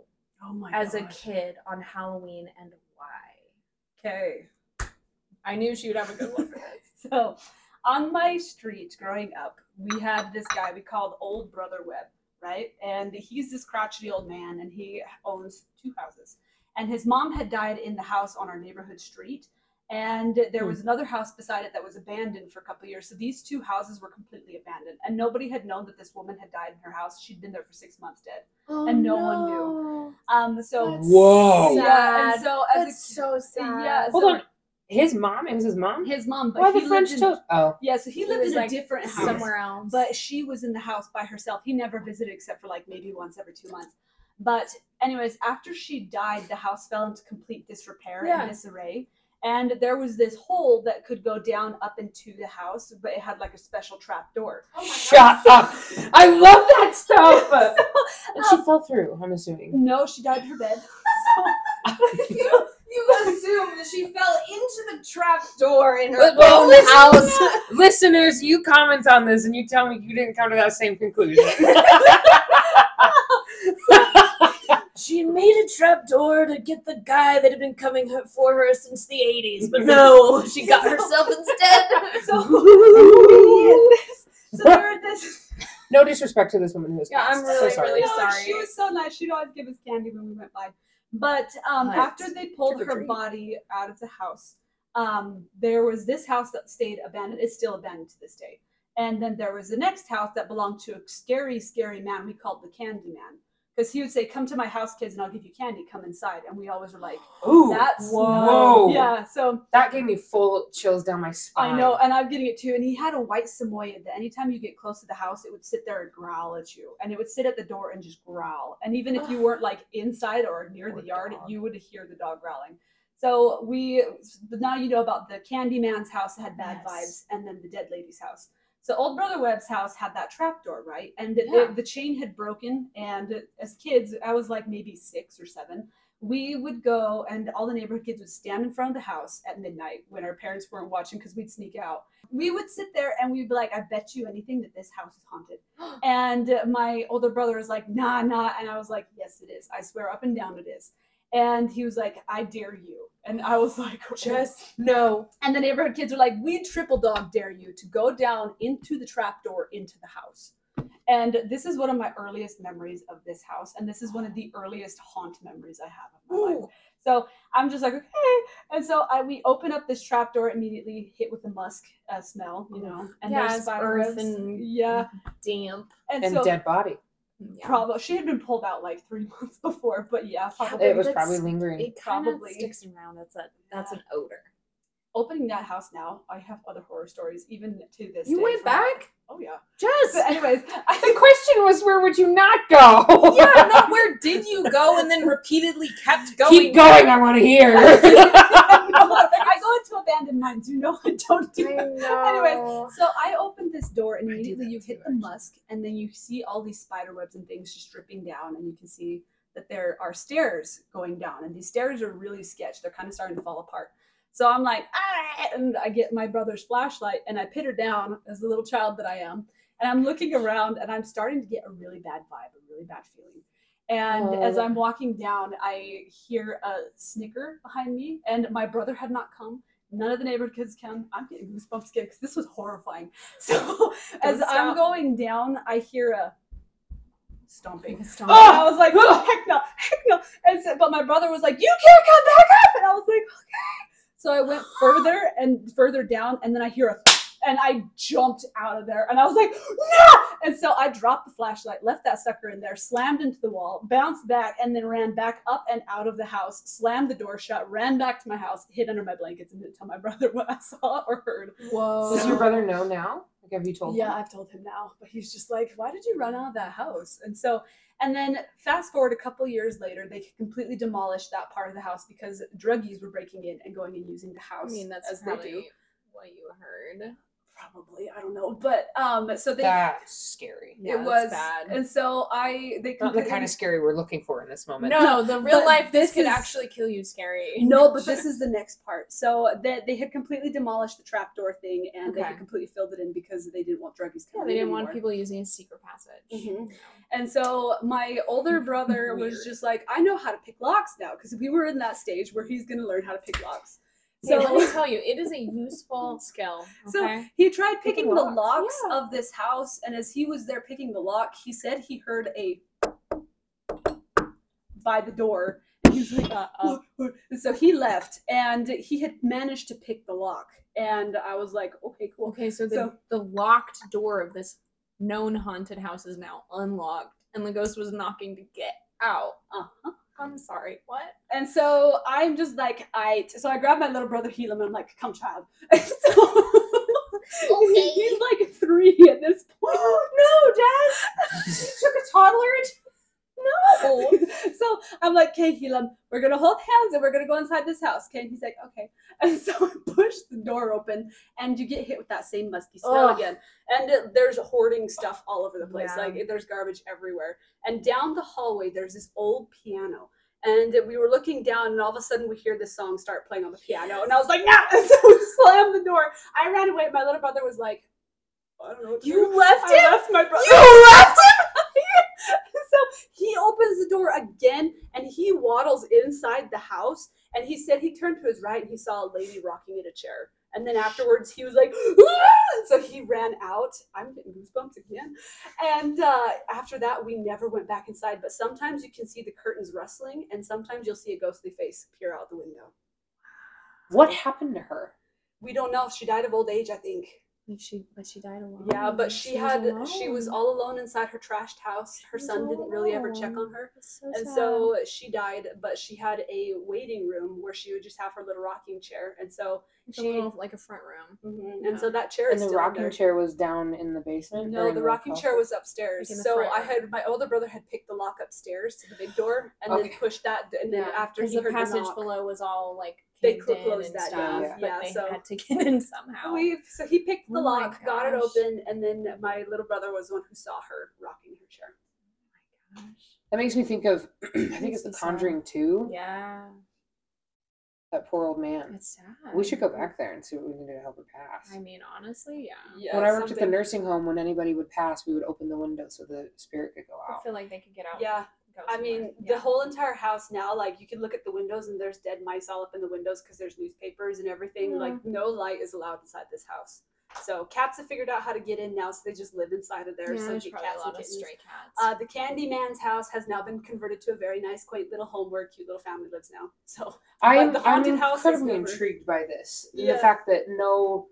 Oh my as a kid on Halloween and why? Okay. I knew she would have a good one. So, on my street growing up, we had this guy we called Old Brother Webb, right? And he's this crotchety old man, and he owns two houses. And his mom had died in the house on our neighborhood street, and there was another house beside it that was abandoned for a couple years. So these two houses were completely abandoned, and nobody had known that this woman had died in her house. She'd been there for six months dead. Oh, And no one knew. no. Um, so That's Whoa. yeah, and sad. so as That's a, so sad. yeah, Hold so on. His mom? It was his mom? his mom, but Why he the French lived in, toast? Oh. Yeah, so he He lived was, in a like, different house. somewhere else. But she was in the house by herself. He never visited except for like maybe once every two months. But, anyways, after she died, the house fell into complete disrepair Yeah. and disarray. And there was this hole that could go down up into the house, but it had like a special trap door. Oh Shut up. Oh I love that stuff. and she fell through, I'm assuming. No, she died in her bed. you, you assume that she fell into the trap door in her But- well, own listen- house. Listeners, you comment on this and you tell me you didn't come to that same conclusion. She made a trapdoor to get the guy that had been coming her- for her since the 80s, but no, she got her. herself instead. So, so there were this. no disrespect to this woman who was Yeah, I'm passed. really, so sorry. really- No, sorry. She was so nice. She'd always give us candy when we went by. But um, Nice. after they pulled her Trick-or-treat. body out of the house, um, there was this house that stayed abandoned. It's still abandoned to this day. And then there was the next house that belonged to a scary, scary man we called the Candy Man. Because he would say, Come to my house, kids, and I'll give you candy. Come inside. And we always were like, Ooh, That's whoa. Yeah. So That gave me full chills down my spine. I know, and I'm getting it too. And he had a white Samoyed that anytime you get close to the house, it would sit there and growl at you. And it would sit at the door and just growl. And even if you weren't like inside or near Poor the yard, dog. you would hear the dog growling. So we now you know about the Candyman's house that had bad Yes. vibes, and then the dead lady's house. So old brother Webb's house had that trapdoor, right? And it- Yeah. the chain had broken. And as kids, I was like maybe six or seven we would go and all the neighborhood kids would stand in front of the house at midnight when our parents weren't watching because we'd sneak out. We would sit there and we'd be like, I bet you anything that this house is haunted. and uh, my older brother was like, nah, nah. And I was like, yes, it is. I swear up and down it is. And he was like, I dare you. And I was like, Just no. and the neighborhood kids were like, "We triple dog dare you to go down into the trapdoor into the house." And this is one of my earliest memories of this house, and this is one of the earliest haunt memories I have of my life. So I'm just like, okay. And so I, we open up this trapdoor immediately, hit with the musk uh, smell, you know, and Yeah, there's it's spider earth webs. and- yeah, Damn. and, And so dead body. probably she had been pulled out like three months before, but yeah, probably. It was that's- probably lingering. It kind of Probably. sticks around. That's a that's an odor. opening that house now, I have other horror stories even to this. You day went from that. back? Oh yeah. Jess! But anyways, I the question was, where would you not go? yeah, not where did you go and then repeatedly kept going. Keep going. I want to hear. I go into abandoned mines. You know I don't do that. Anyway, So I opened this door and immediately you hit the musk and then you see all these spider webs and things just dripping down and you can see that there are stairs going down and these stairs are really sketched. They're kind of starting to fall apart. So I'm like, ah, and I get my brother's flashlight and I pin her down as the little child that I am. And I'm looking around and I'm starting to get a really bad vibe, a really bad feeling. And as Oh. I'm walking down, I hear a snicker behind me, and my brother had not come. None of the neighborhood kids come. I'm getting goosebumps again because this was horrifying. So as I'm stop. going down, I hear a stomping. Oh! I was like, oh, heck no, heck no. And so, but my brother was like, you can't come back up. And I was like, okay. So I went further and further down, and then I hear a and I jumped out of there and I was like, no! And so I dropped the flashlight, left that sucker in there, slammed into the wall, bounced back, and then ran back up and out of the house, slammed the door shut, ran back to my house, hid under my blankets, and didn't tell my brother what I saw or heard. Whoa. Does your brother know now? Like, have you told Yeah, him? I've told him now, but he's just like, why did you run out of that house? And so, and then fast forward a couple years later, they completely demolished that part of the house because druggies were breaking in and going and using the I house. mean, that's as probably they do. what you heard. Probably, I don't know, but um, so they That's scary. Yeah, it that's was, bad. and so I they Not the completely- kind of scary we're looking for in this moment. No, the real but life this this could is- actually kill you scary. No, but this is the next part. So that they had completely demolished the trapdoor thing, and they Okay. had completely filled it in because they didn't want druggies Yeah, coming. they in didn't want anymore. people using a secret passage. Mhm. And so my older brother was Weird. just like, I know how to pick locks now because we were in that stage where he's going to learn how to pick locks. So let So me tell you, it is a useful skill. So- Okay? he tried picking, Picking the locks, locks yeah. of this house, and as he was there picking the lock, he said he heard a by the door. And he's like, uh, um, uh. And so he left, and he had managed to pick the lock. And I was like, okay, cool. okay, so the so- the locked door of this known haunted house is now unlocked, and the ghost was knocking to get out. Uh-huh. I'm sorry. What? And so I'm just like, I so I grabbed my little brother Helam and I'm like, come child. And so he's like three at this point. no, Dad. You took a toddler No. so I'm like, okay, Helam, we're gonna hold hands and we're gonna go inside this house. Okay, and he's like, okay. And so I push the door open and you get hit with that same musky smell Ugh. again. And it- there's hoarding stuff all over the place. Yeah. Like there's garbage everywhere. And down the hallway, there's this old piano. And we were looking down, and all of a sudden we hear this song start playing on the piano. And I was like, no! And so we slammed the door. I ran away. My little brother was like, I don't know what to do. left I left my brother. You left so he opens the door again and he waddles inside the house. And he said he turned to his right and he saw a lady rocking in a chair. And then afterwards he was like, "Ah!" so he ran out. I'm getting goosebumps again. And uh, after that, we never went back inside. But sometimes you can see the curtains rustling, and sometimes you'll see a ghostly face peer out the window. What happened to her? We don't know. She died of old age, I think. Like she, but she died alone. Yeah, but she, Mm, was had she was alone. all alone inside her trashed house. Her was son all didn't really ever check alone. on her. That's so And sad. so she died, but she had a waiting room where she would just have her little rocking chair. And so It's she a little like a front room, Mm-hmm, mhm, and so that chair And is the still in rocking there. chair was down in the basement. or No, in the rocking chair closet? was upstairs. Like in the so front I room. had my older brother had picked the lock upstairs to the big door and Okay. then pushed that and then Yeah, after because he the heard passage the knock, below was all like They caved clo- in closed and that stuff, down, but yeah, they so- Oh, had to get in somehow. we so he picked the Oh my lock, got it gosh. open, and then my little brother was the one who saw her rocking her chair. That makes me think of, I think Makes it's The me sad. Conjuring 2. yeah, That poor old man. it's sad. We should go back there and see what we can do to help her pass. I mean, honestly, yeah. Yeah, when I worked at the something- nursing home, when anybody would pass, we would open the window so the spirit could go I out. feel like they could get out. Yeah, and go I somewhere. mean, Yeah. the whole entire house now, like you can look at the windows and there's dead mice all up in the windows because there's newspapers and everything. Like no light is allowed inside this house. So cats have figured out how to get in now, so they just live inside of there. yeah, so there's get probably cats a and lot of kittens. stray cats. Uh, the Candyman's house has now been converted to a very nice, quaint little home where a cute little family lives now. So I But am the I'm haunted house is incredibly never- intrigued by this. and Yeah. The fact that no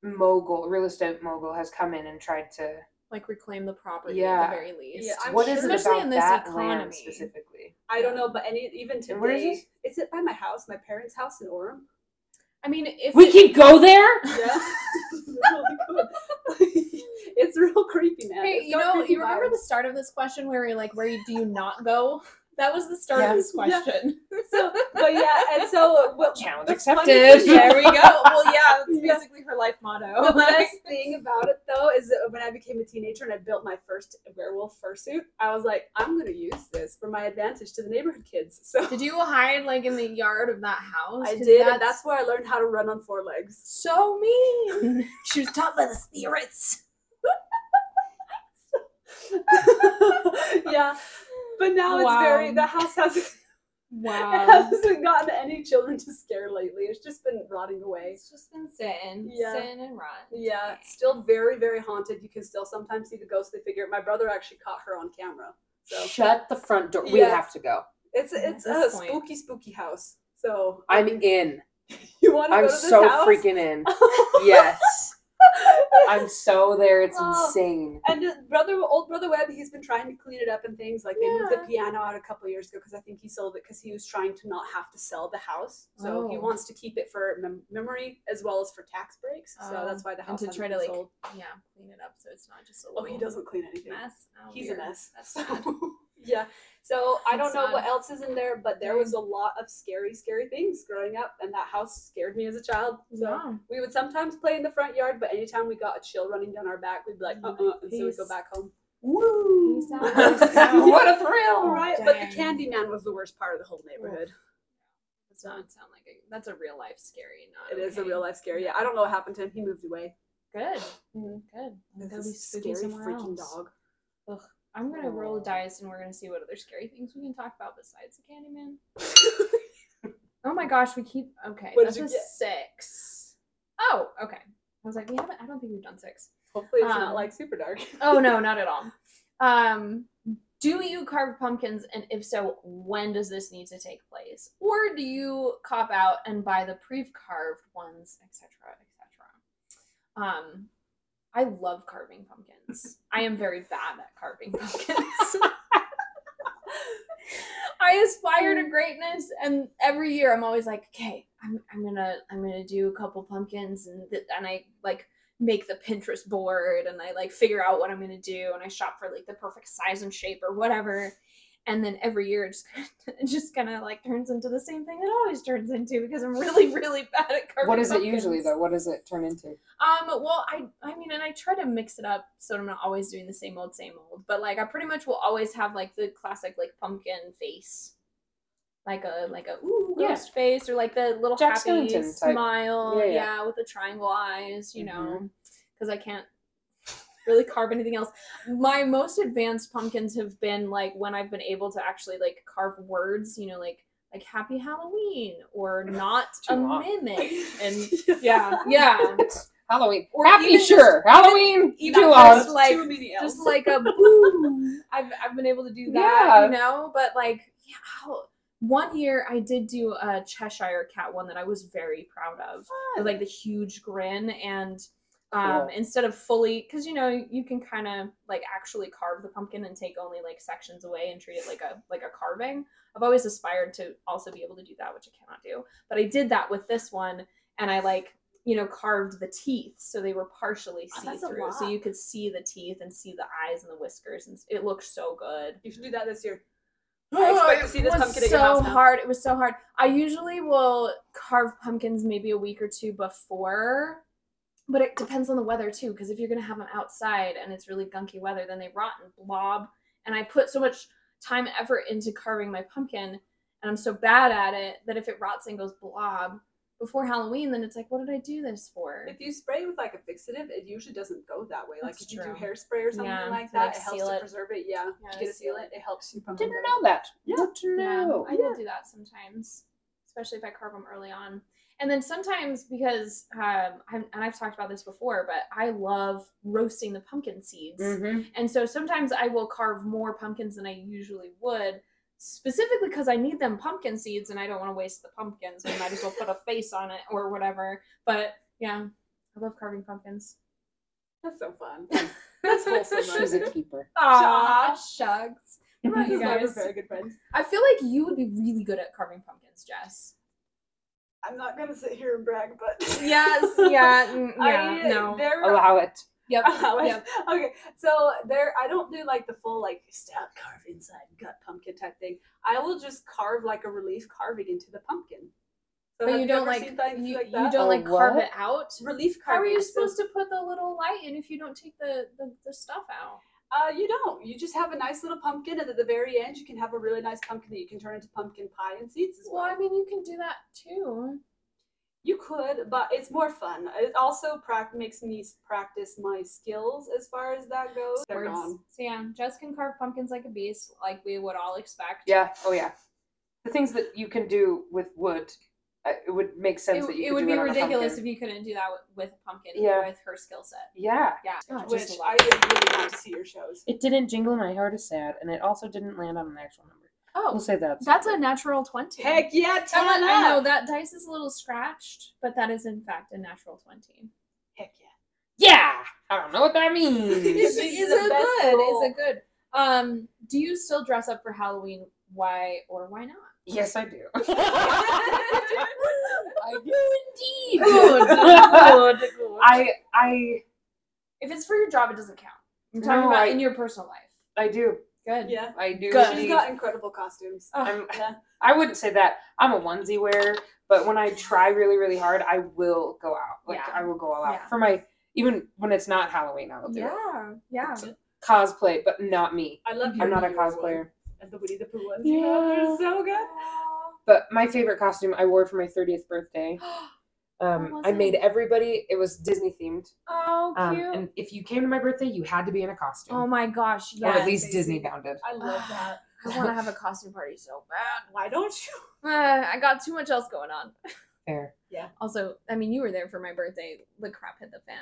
mogul, real estate mogul, has come in and tried to. like reclaim the property at yeah. the very least. Yeah, I'm what sure- is it Especially about in this that economy. land specifically? I don't know, but any even today, And where is is it by my house, my parents' house in Orem? I mean, if We it- can go there. Yeah, it's real creepy, man. Hey, It's you got know, creepy you remember vibes. the start of this question where you're like, where you, do you not go? That was the start Yeah. of this Yeah. question. So, but yeah, and so what, Challenge the funny accepted. thing- there we go. Well, yeah, that's Yeah. basically her life motto. The Like, best thing about it though is that when I became a teenager and I built my first werewolf fursuit, I was like, I'm gonna use this for my advantage to the neighborhood kids. So did you hide like in the yard of that house? I 'Cause did, and that's where I learned how to run on four legs. so mean. She was taught by the spirits. yeah, but now it's very Wow. Um, the house hasn't it wow. hasn't gotten any children to scare lately. It's just been rotting away. It's just been sitting, Yeah. sitting and rotting. Yeah, it's still very very haunted. You can still sometimes see the ghostly figure. My brother actually caught her on camera. So Shut the front door. We Yeah. have to go. It's At it's a this point. spooky, spooky house. So I'm in. you want to go I'm to this so house? freaking in. yes. I'm so there. It's Oh. insane. and uh, brother, old brother Webb, he's been trying to clean it up and things. Like they moved the Yeah. piano out a couple years ago because I think he sold it because he was trying to not have to sell the house. So he Oh. wants to keep it for mem- memory as well as for tax breaks. So Oh, that's why the and house to hasn't try to, been like, sold. Yeah, clean it up so it's not just a Oh, little he doesn't clean anything. mess. Oh, He's weird. a mess. That's so- sad. yeah. So I don't That's know what sad. Mm. else is in there, but there was a lot of scary, scary things growing up, and that house scared me as a child. So Yeah. we would sometimes play in the front yard, but anytime we got a chill running down our back, we'd be like, Oh, uh, uh and so we'd go Peace. back home. Woo! what a thrill! All right, but the dang. Candyman was the worst part of the whole neighborhood. Does not sound like a, that's a real life scary. Not It is a Oh, okay. real life scary. Yeah, I don't know what happened to him. He moved away. Good. Mhm. Good. I'm This gonna be is spooky scary somewhere freaking else. dog. I'm gonna roll Aw. a dice and we're gonna see what other scary things we can talk about besides the Candyman. Oh my gosh, we keep okay. What did that's you a get? six. Oh, okay. I was like, we haven't. I don't think we've done six. Hopefully, it's Um, not like super dark. Oh no, not at all. Um, do you carve pumpkins, and if so, when does this need to take place, or do you cop out and buy the pre-carved ones, etc., etc.? Um, I love carving pumpkins. I am very bad at carving pumpkins. I aspire Um, to greatness, and every year I'm always like, okay, I'm, I'm gonna I'm gonna do a couple pumpkins, and th- and I like make the Pinterest board and I like figure out what I'm gonna do and I shop for like the perfect size and shape or whatever. And then every year it just it just kind of like turns into the same thing it always turns into because I'm really really bad at carving. What is it usually pumpkins. though? What does it turn into? Um, well, I I mean, and I try to mix it up so I'm not always doing the same old same old. But like, I pretty much will always have like the classic like pumpkin face, like a like a ooh Yeah. ghost face or like the little Jack happy Skellington type. smile, Yeah, yeah, yeah. Mm-hmm. with the triangle eyes, you know, because I can't really carve anything else. My most advanced pumpkins have been like when I've been able to actually like carve words, you know, like like happy Halloween or not a Too long. mimic and yeah yeah Halloween. Or Happy, even just- sure. Halloween. even too just long. Just like, Too many Ls. just like a boom. I've, I've been able to do that, Yeah. you know, but like, yeah, how- one year I did do a Cheshire cat one that I was very proud of. With, like the huge grin and um, Cool. instead of fully, because you know you can kind of like actually carve the pumpkin and take only like sections away and treat it like a like a carving. I've always aspired to also be able to do that, which I cannot do. But I did that with this one, and I like you know carved the teeth so they were partially Oh, see that's a through, so lot. you could see the teeth and see the eyes and the whiskers, and s- it looked so good. You should do that this year. I Oh, expect to it see this was pumpkin at so your house now. hard. It was so hard. I usually will carve pumpkins maybe a week or two before, but it depends on the weather too. Because if you're gonna have them outside and it's really gunky weather, then they rot and blob. And I put so much time and effort into carving my pumpkin, and I'm so bad at it that if it rots and goes blob before Halloween, then it's like, what did I do this for? If you spray with like a fixative, it usually doesn't go that way. Like That's if you do true. hairspray or something Yeah, like to, like, that, it helps seal to it. preserve it. Yeah, Yeah, you to get to seal seal it. It helps you. Didn't know that. Yeah. Didn't know. Yeah, I will do that sometimes, especially if I carve them early on. And then sometimes because um, I'm, and I've talked about this before, but I love roasting the pumpkin seeds, Mhm. and so sometimes I will carve more pumpkins than I usually would, specifically because I need them pumpkin seeds, and I don't want to waste the pumpkins. So I might as well put a face on it or whatever. But yeah, I love carving pumpkins. That's so fun. That's wholesome. She's a keeper. Aw, shucks. What about you You guys guys? are very good friends. I feel like you would be really good at carving pumpkins, Jess. I'm not gonna sit here and brag, but Yes, yeah, mm, yeah, I, no. There, Allow it. Yep. Allow it. yep. okay, so there, I don't do like the full like stab, carve inside, gut pumpkin type thing. I will just carve like a relief carving into the pumpkin. So But have you don't ever like seen things you, like you that? don't Oh, like carve what? it out. relief How are carving. you So- supposed to put the little light in if you don't take the the, the stuff out? Uh, you don't. You just have a nice little pumpkin, and at the very end, you can have a really nice pumpkin that you can turn into pumpkin pie and seeds as well. Well, I mean, you can do that too. You could, but it's more fun. It also prac- makes me s- practice my skills as far as that goes. They're Words. gone. So yeah, Jess can carve pumpkins like a beast, like we would all expect. Yeah. Oh yeah. The things that you can do with wood, uh, it would make sense It, that you it could would do be it on a ridiculous pumpkin. if you couldn't do that with, with a pumpkin Yeah. with her skill set. Yeah. Yeah, I Which just I love. would really want to see your shows. It didn't jingle. My heart is sad, and it also didn't land on an actual number. We'll Oh, say that. that's a natural twenty. Heck yeah, That turn one- up! I know that dice is a little scratched, but that is in fact a natural twenty. Heck yeah. Yeah. I don't know what that means. is, This is is the it best good? role. Is it good? Um, do you still dress up for Halloween? Why or why not? yes, I do. I do Good, I I If it's for your job, it doesn't count. I'm talking No, about I- in your personal life. I do. Good. Oh, Yeah. I do. Good. indeed. She's got incredible costumes. I'm, Oh, Yeah. I wouldn't say that. I'm a onesie wearer, but when I try really, really hard, I will go out. Like Yeah. I will go all out Yeah. for my even when it's not Halloween. I will do it. Yeah. Yeah. cosplay, but not me. I love you. I'm not a cosplayer. And the Winnie the Pooh ones. Yeah. Yeah. They're so good. But my favorite costume I wore for my 30th birthday. Um, What was I made it? everybody. It was Disney themed. oh, Um, cute. and if you came to my birthday, you had to be in a costume, oh my gosh. or Yes. at least Disney. Disney bounded. I love that. I want to have a costume party so bad. Why don't you? Uh, I got too much else going on. Fair. Also, I mean, you were there for my birthday. The crap hit the fan.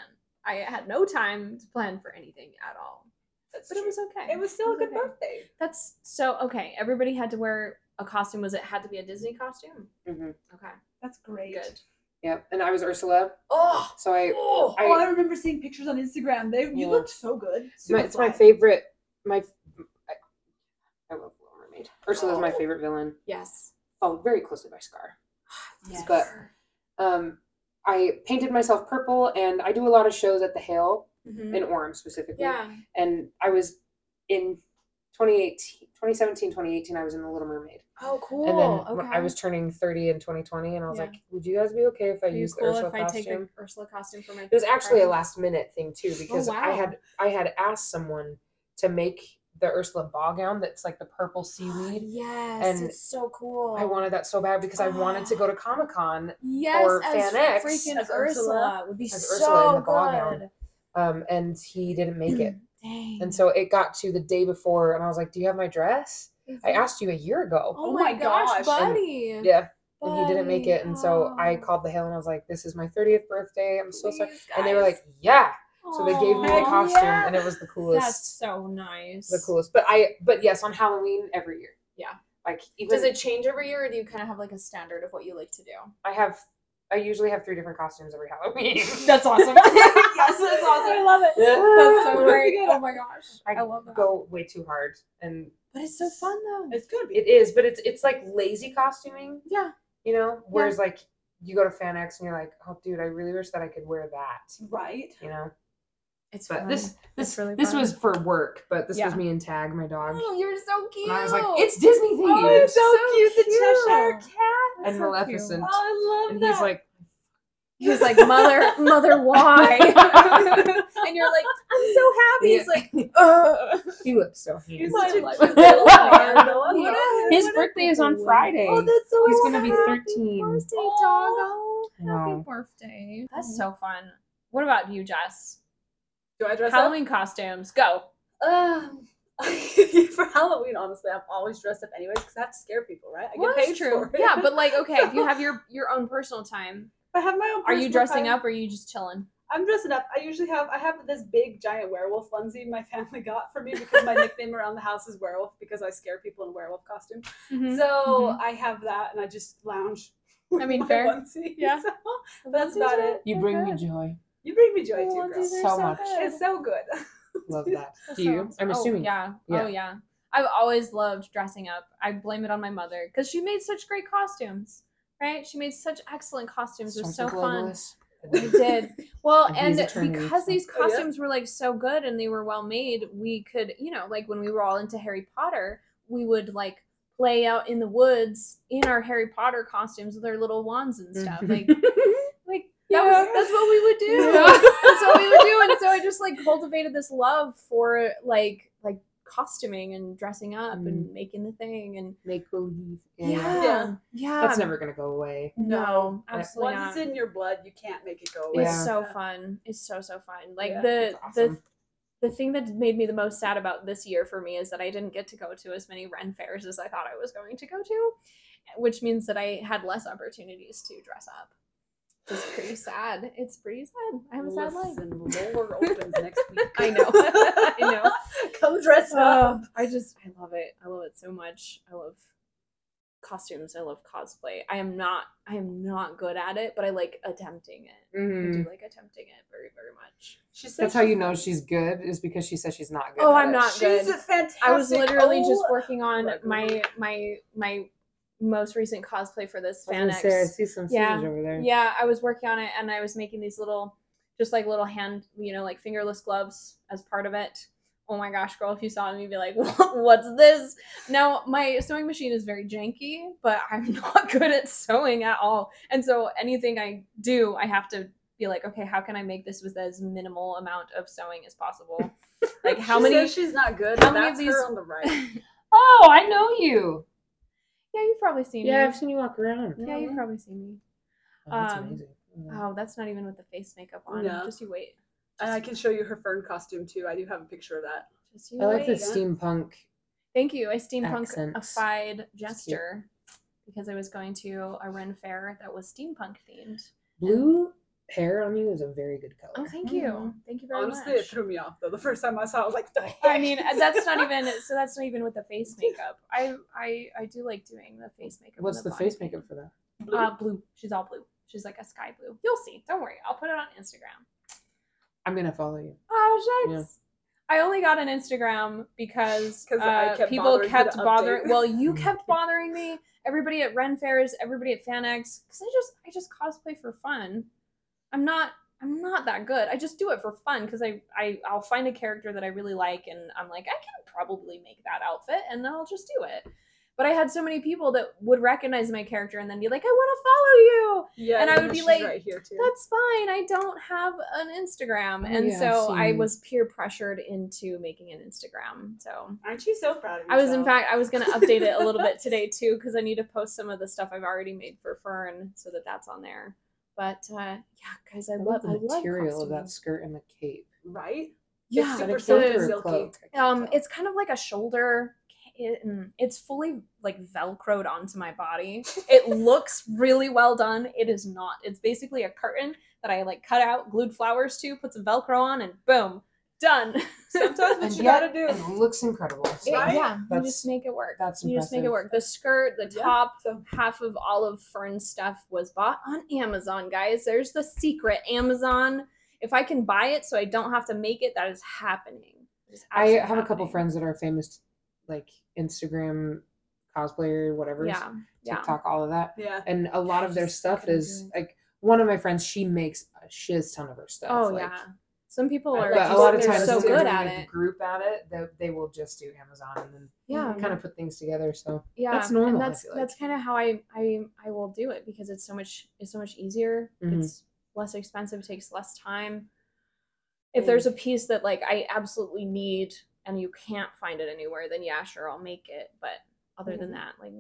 I had no time to plan for anything at all. That's But it was okay. It was still a good okay. birthday. That's so okay. Everybody had to wear a costume. Was it had to be a Disney costume? Mhm. Okay, That's great. good. Yep. And I was Ursula, Oh, so I oh, I- oh, I remember seeing pictures on Instagram. They Yeah. you looked so good. It's my, Super it's my fly. favorite. My I, I love Little Mermaid. Ursula is my favorite villain, Yes. followed very closely by Scar. But um, I painted myself purple, and I do a lot of shows at the Hale Mhm. in Orem specifically. Yeah. And I was in 2018, 2017, 2018. I was in the Little Mermaid, Oh, cool. and then when okay. I was turning 30 in 2020, and I was Yeah. like, "Would you guys be okay if I Are you use cool the Ursula if I costume?" take the Ursula costume for my? It was actually a last minute thing too because I Oh, wow. had I had asked someone to make the Ursula ball gown that's like the purple seaweed. Oh, Yes, and it's so cool. I wanted that so bad because I wanted to go to Comic Con, yes, or as Fan X freaking as Ursula. Ursula- would be as so Ursula in the good. ball gown. um, and he didn't make it, Dang. and so it got to the day before, and I was like, "Do you have my dress? I asked you a year ago." Oh, Oh my my gosh, gosh, and- buddy. Yeah, and he didn't make Buddy, it, and so I oh. called the hill and I was like, "This is my 30th birthday. I'm so sorry," Please, and they were guys. like, "Yeah." So they gave me the Aw. Heck costume, yeah. and it was the coolest. That's so nice. the coolest. But I, but yes, on Halloween every year. Yeah. Like even Does it change every year, or do you kind of have like a standard of what you like to do? I have I usually have three different costumes every Halloween. That's awesome. Yes, that's awesome. I love it. That's so Really great. good. Oh my gosh. I, love that. go way too hard and But it's so fun though. It's gonna be. it is, but it's it's like lazy costuming, Yeah. you know? Whereas like you go to Fan X and you're like, oh dude, I really wish that I could wear that. Right. You know? It's But fun. this this It's really this fun. was for work, but this was Yeah. me and Tag, my dog. Oh, you're so cute. And I was like, it's Disney themed. Oh, it's so cute. The Cheshire cat. and Maleficent. Oh, I love and that. he's like, He's like, mother, mother, why? and you're like, I'm so happy. He's like, Ugh. he looks so heinous. such a love cute it. little man. What I love a- it. His What a birthday is on cool one. Friday. Oh, that's so He's gonna be awesome. 13. birthday, Wow. Happy birthday. That's so fun. What about you, Jess? Do I dress up? Halloween costumes. Go. Um, for Halloween, honestly, I'm always dressed up anyways because I have to scare people, right? I get Well, that's paid true. for it. Yeah, but like, okay, if you have your your own personal time, I have my own. are you personal dressing time. up or are you just chilling? I'm dressing up. I usually have I have this big giant werewolf onesie my family got for me because my nickname around the house is werewolf because I scare people in werewolf costume. So I have that and I just lounge. with Mm-hmm. I mean, my fair. Onesie, Yeah. so that's about it. You bring me joy. You bring me joy too, girl. are so much. It's so good. Love that. Do you? I'm assuming. oh, Yeah. Yeah. Oh yeah. I've always loved dressing up. I blame it on my mother because she made such great costumes. Right? She made such excellent costumes. It was so Sergeant fun. Globalist. We did. Well, And and he's a Terminator, because so- these Oh, yeah. costumes were like so good and they were well made, we could, you know, like when we were all into Harry Potter, we would like play out in the woods in our Harry Potter costumes with our little wands and stuff. Like, Mm-hmm. like that was Yeah. that's what we would do. Yeah. that's what we would do. And so I just like cultivated this love for like like costuming and dressing up Mm. and making the thing and Make believe. yeah, yeah. Yeah. That's never gonna go away. no, absolutely Once not. it's in your blood, you can't make it go away. It's Yeah. so fun. It's so so fun. Like Yeah, the That's awesome. the the thing that made me the most sad about this year for me is that I didn't get to go to as many Ren fairs as I thought I was going to go to, which means that I had less opportunities to dress up. It's pretty sad. It's pretty sad. I have a sad life. Listen, Roller opens next week. I know. I know. Come dress Oh, up. I just I love it. I love it so much. I love costumes. I love cosplay. I am not I am not good at it, but I like attempting it. I Mhm. do like attempting it very very much. She said That's how you know she's good is because she says she's not good. Oh, at I'm it. not good. She's a fantastic. I was literally just Oh, working on Like, my my my most recent cosplay for this I was fan gonna say, I X. see some Yeah. scissors over there. Yeah, I was working on it and I was making these little just like little hand, you know, like fingerless gloves as part of it. Oh my gosh, girl, if you saw them, you'd be like, what's this? Now, my sewing machine is very janky, but I'm not good at sewing at all. And so anything I do, I have to be like, okay, how can I make this with as minimal amount of sewing as possible? like, how she many. says she's not good. how but many of that's these- her on the right? Oh, I know you. Yeah, you've probably seen Yeah, me. I've seen you walk around. Yeah, you've probably seen me. Oh, that's Um, amazing. Oh, that's not even with the face makeup on. No. Just you wait. And I can show you her fern costume too. I do have a picture of that. Just you I like the wait. yeah. steampunk. Thank you. I steampunkified Accents. gesture because I was going to a Ren fair that was steampunk themed. Blue hair on you is a very good color. Oh, thank you. Thank you very Honestly, it much. threw me off though. The first time I saw, it, I was like, "The I heck mean, uh, is that's this?" not even so. That's not even with the face makeup. I I I do like doing the face makeup. and What's the blonde face paint. makeup for that? Blue? Uh, blue. She's all blue. She's like a sky blue. You'll see. Don't worry. I'll put it on Instagram. I'm gonna follow you. Oh shucks. I only got an Instagram because 'Cause I uh, kept people bothering you to kept bothering. update. Well, you Mm. kept bothering me. Everybody at Ren fairs, everybody at FanX, because I just I just cosplay for fun. I'm not I'm not that good. I just do it for fun because I, I I'll find a character that I really like and I'm like I can probably make that outfit and then I'll just do it. But I had so many people that would recognize my character and then be like, I want to follow you. yeah, and I no, would be she's like, right here too. That's fine. I don't have an Instagram. Oh, and yeah, so I I see. was peer pressured into making an Instagram. So Aren't you so proud of I was, in fact, I was going to update it a little bit today too, because I need to post some of the stuff I've already made for Fern so that that's on there. But uh, yeah, guys, I, I love love the material of that costumes. skirt and the cape. right? Yeah. Is super that a cape silky. or a silky. cloak? I can't Um, tell. it's kind of like a shoulder. ca- mm, It's fully like velcroed onto my body. It looks really well done. It is not. It's basically a curtain that I like cut out, glued flowers to, put some velcro on, and boom, done. Sometimes And what you yet- gotta do. and it looks incredible. So Right? Yeah, you That's- just make it work. that's you just make it impressive. work. The skirt, the Yeah. top, So half of all of Fern's stuff was bought on Amazon, guys. There's the secret Amazon. If I can buy it, so I don't have to make it, that is happening. It is I absolutely have a couple happening. friends that are famous, like Instagram cosplayer, whatever, Yeah, yeah. TikTok, all of that. yeah, And a lot I of their just stuff couldn't is do like one of my friends. She makes a shiz ton of her stuff. Oh like, yeah, some people I are. like But Just, a lot of they're times, so if they're good doing at a it. group at it, they, they will just do Amazon and then Yeah, kind of put things together. So yeah. that's normal, And I that's feel that's kind of how I I I will do it because it's so much it's so much easier. Mhm. It's less expensive. Takes less time. If there's a piece that like I absolutely need and you can't find it anywhere, then yeah, sure, I'll make it. But other Mm-hmm. than that, like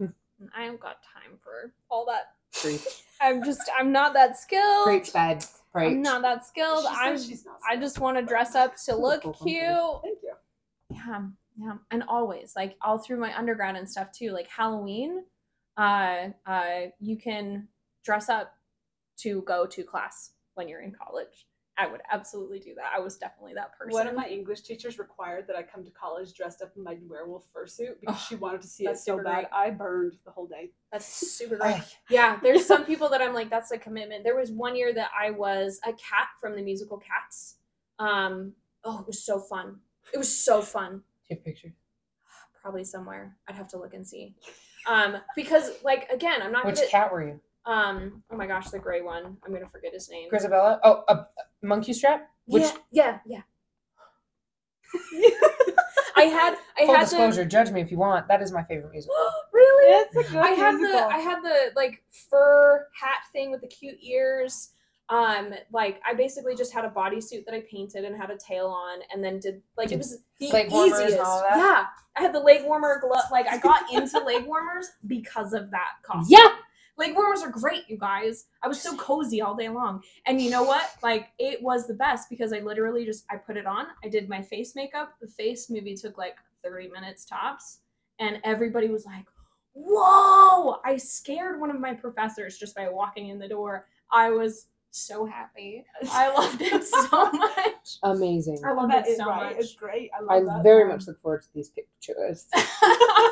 Hmm. nah, I don't got time for all that. preach, I'm just I'm not that skilled. preach, bad, preach. I'm not that skilled. She says I'm she's not I so- just want to dress up to look cool company. cute. Thank you. yeah yeah and always like all through my undergrad and stuff too like halloween uh uh you can dress up to go to class when you're in college i would absolutely do that i was definitely that person One of my English teachers required that I come to college dressed up in my werewolf fursuit because Oh, she wanted to see it that's so super bad. great. I burned the whole day. that's super great Ugh, yeah there's some people that i'm like that's a commitment there was one year that i was a cat from the musical cats um oh it was so fun it was so fun Take pictures. probably somewhere i'd have to look and see um because like again i'm not Which gonna cat were you? Um. Oh my gosh, the gray one. I'm gonna forget his name. Grisabella? Oh, a, a monkey strap? Which yeah, yeah, yeah. I had. I full had disclosure, judge me if you want. That is my favorite the. musical. really? It's a good I had the. I had the like fur hat thing with the cute ears. Um, like I basically just had a bodysuit that I painted and had a tail on, and then did like it was the Leg warmers easiest. and all that? Yeah, I had the leg warmer glove. Like I got into leg warmers because of that costume. Leg warmers are great, you guys. I was so cozy all day long. And you know what? Like it was the best because I literally just I put it on. I did my face makeup. The face maybe took like 30 minutes tops. And everybody was like, Whoa! I scared one of my professors just by walking in the door. I was so happy. I loved it so much. Amazing. I loved that it is so right. much. It's great. I I love that. very Um, much look forward to these pictures.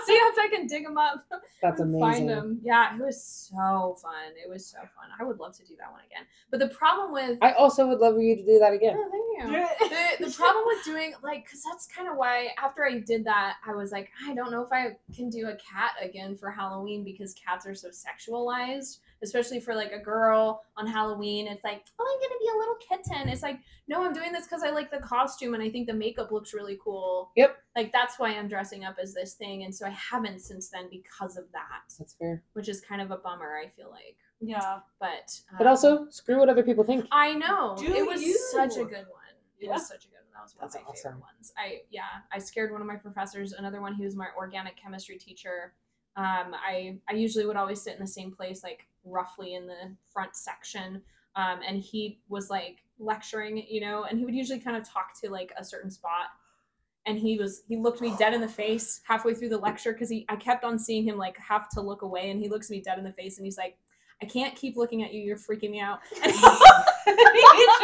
See if I can dig them up. That's and Find amazing. them. Yeah, it was so fun. It was so fun. I would love to do that one again. But the problem with I also would love for you to do that again. Oh, thank you. Do it. The, the problem with doing like because that's kind of why after i did that i was like i don't know if i can do a cat again for halloween because cats are so sexualized especially for like a girl on halloween it's like oh i'm gonna be a little kitten it's like no i'm doing this because i like the costume and i think the makeup looks really cool Yep. like that's why i'm dressing up as this thing and so i haven't since then because of that That's fair. which is kind of a bummer i feel like Yeah. but But um, also, screw what other people think. I know. Do it was you? such a good one. It Yeah. was such a good one. That was one That's of my awesome. favorite ones. I yeah, I scared one of my professors, another one who was my organic chemistry teacher. Um, I I usually would always sit in the same place, like roughly in the front section. Um, and he was like lecturing, you know, and he would usually kind of talk to like a certain spot. and he was he looked me dead in the face halfway through the lecture because he I kept on seeing him like have to look away and he looks me dead in the face and he's like, I can't keep looking at you, you're freaking me out. And he, he just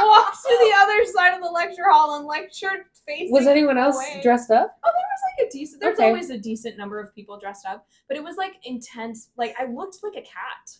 walked to the other side of the lecture hall and lectured facing. Was anyone else away. dressed up? Oh, there was like a decent. There's Okay. always a decent number of people dressed up, but it was like intense. Like I looked like a cat.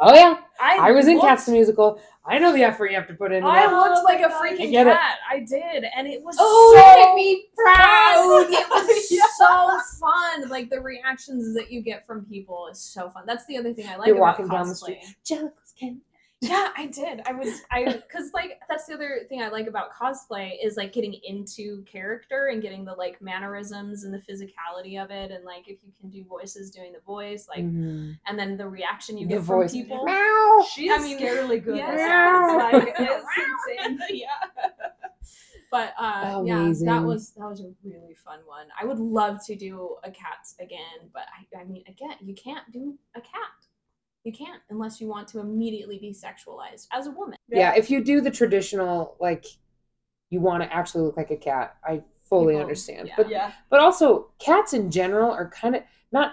Oh yeah, I, I was in looked- Cats the Musical. I know the effort you have to put in. I that. looked like a I freaking get it. cat. I did, and it was Oh, so me proud. It was Yeah. so fun. Like the reactions that you get from people is so fun. That's the other thing I like You're about walking cosplay. down the street. Jellicles can- Yeah, I did. I was I because like that's the other thing I like about cosplay is like getting into character and getting the like mannerisms and the physicality of it, and like if you can do voices, doing the voice, like Mhm. and then the reaction you The get voice. from people. Meow. She's I mean, scarily good. yes. Meow. It's like, it's insane. yeah. But uh, yeah, that Amazing. was that was a really fun one. I would love to do a cat again, but I, I mean, again, you can't do a cat. You can't unless you want to immediately be sexualized as a woman. Yeah, if you do the traditional, like you want to actually look like a cat, I fully People- understand. yeah. But Yeah. but also cats in general are kind of not.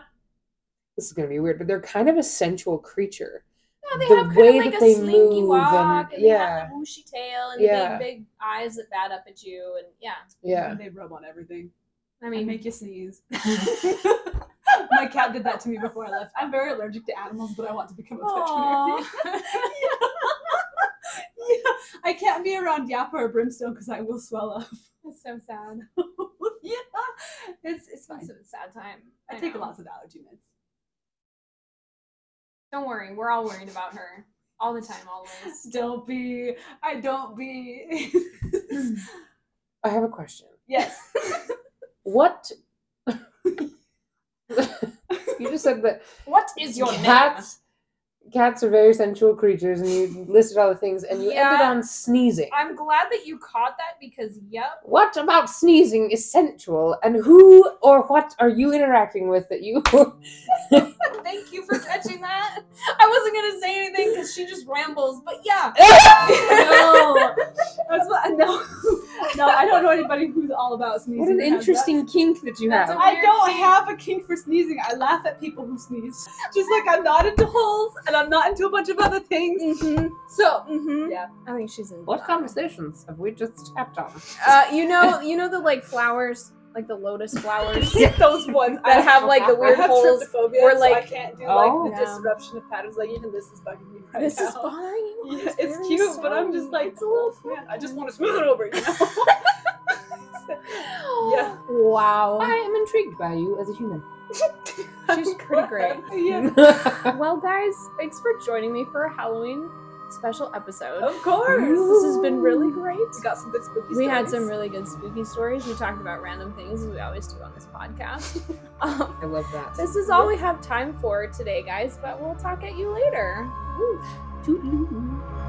This is gonna be weird, but they're kind of a sensual creature. Yeah, Oh, they The have way kind of like that a they slinky move walk, and- and, yeah. they yeah. have the whooshy tail and Yeah. the big, big eyes that bat up at you, and yeah. Yeah. They rub on everything. I I mean, mean, make you sneeze. My cat did that to me before I left. I'm very allergic to animals, but I want to become a veterinarian. yeah, I can't be around Yappa or Brimstone because I will swell up. it's so sad. yeah, it's it's fine. It's a sad time. I take lots of allergy meds. Don't worry, we're all worried about her all the time, always. Don't be. I don't be. I have a question. yes. What? you just said that What is your name? cats cats are very sensual creatures, and you listed all the things, and you ended Yeah. on sneezing. I'm glad that you caught that because, yep. What about sneezing is sensual, and who or what are you interacting with that you? Thank you for catching that. I wasn't gonna say anything because she just rambles, but yeah. No. That's what. No, no, I don't know anybody who's all about sneezing. what an that has that. interesting kink that you That's have. a- I Weird don't kink. have a kink for sneezing. I laugh at people who sneeze. Just like I'm not into holes and I'm not into a bunch of other things. So Mm-hmm. Yeah. I think she's in. What conversations have we just tapped on? uh, you know, you know the like flowers, like the lotus flowers. Those ones I That have, like, the weird I have holes tryptophobia, or, so I like- can't do Oh. like the Yeah. disruption of patterns. Like even this is bugging me right This now. is bothering you. Yeah, very it's cute, but I'm just sorry. like it's a little man. I just want to smooth it over. You know? yeah. Wow, I am intrigued by you as a human. she's pretty great. Yeah. Well, guys, thanks for joining me for a Halloween special episode. Of course. This has been really great. We got some good spooky. we had stories. some really good spooky stories. We talked about random things as we always do on this podcast. um, I love that. this is all we have time for today, guys, but we'll talk at you later. Toodaloo.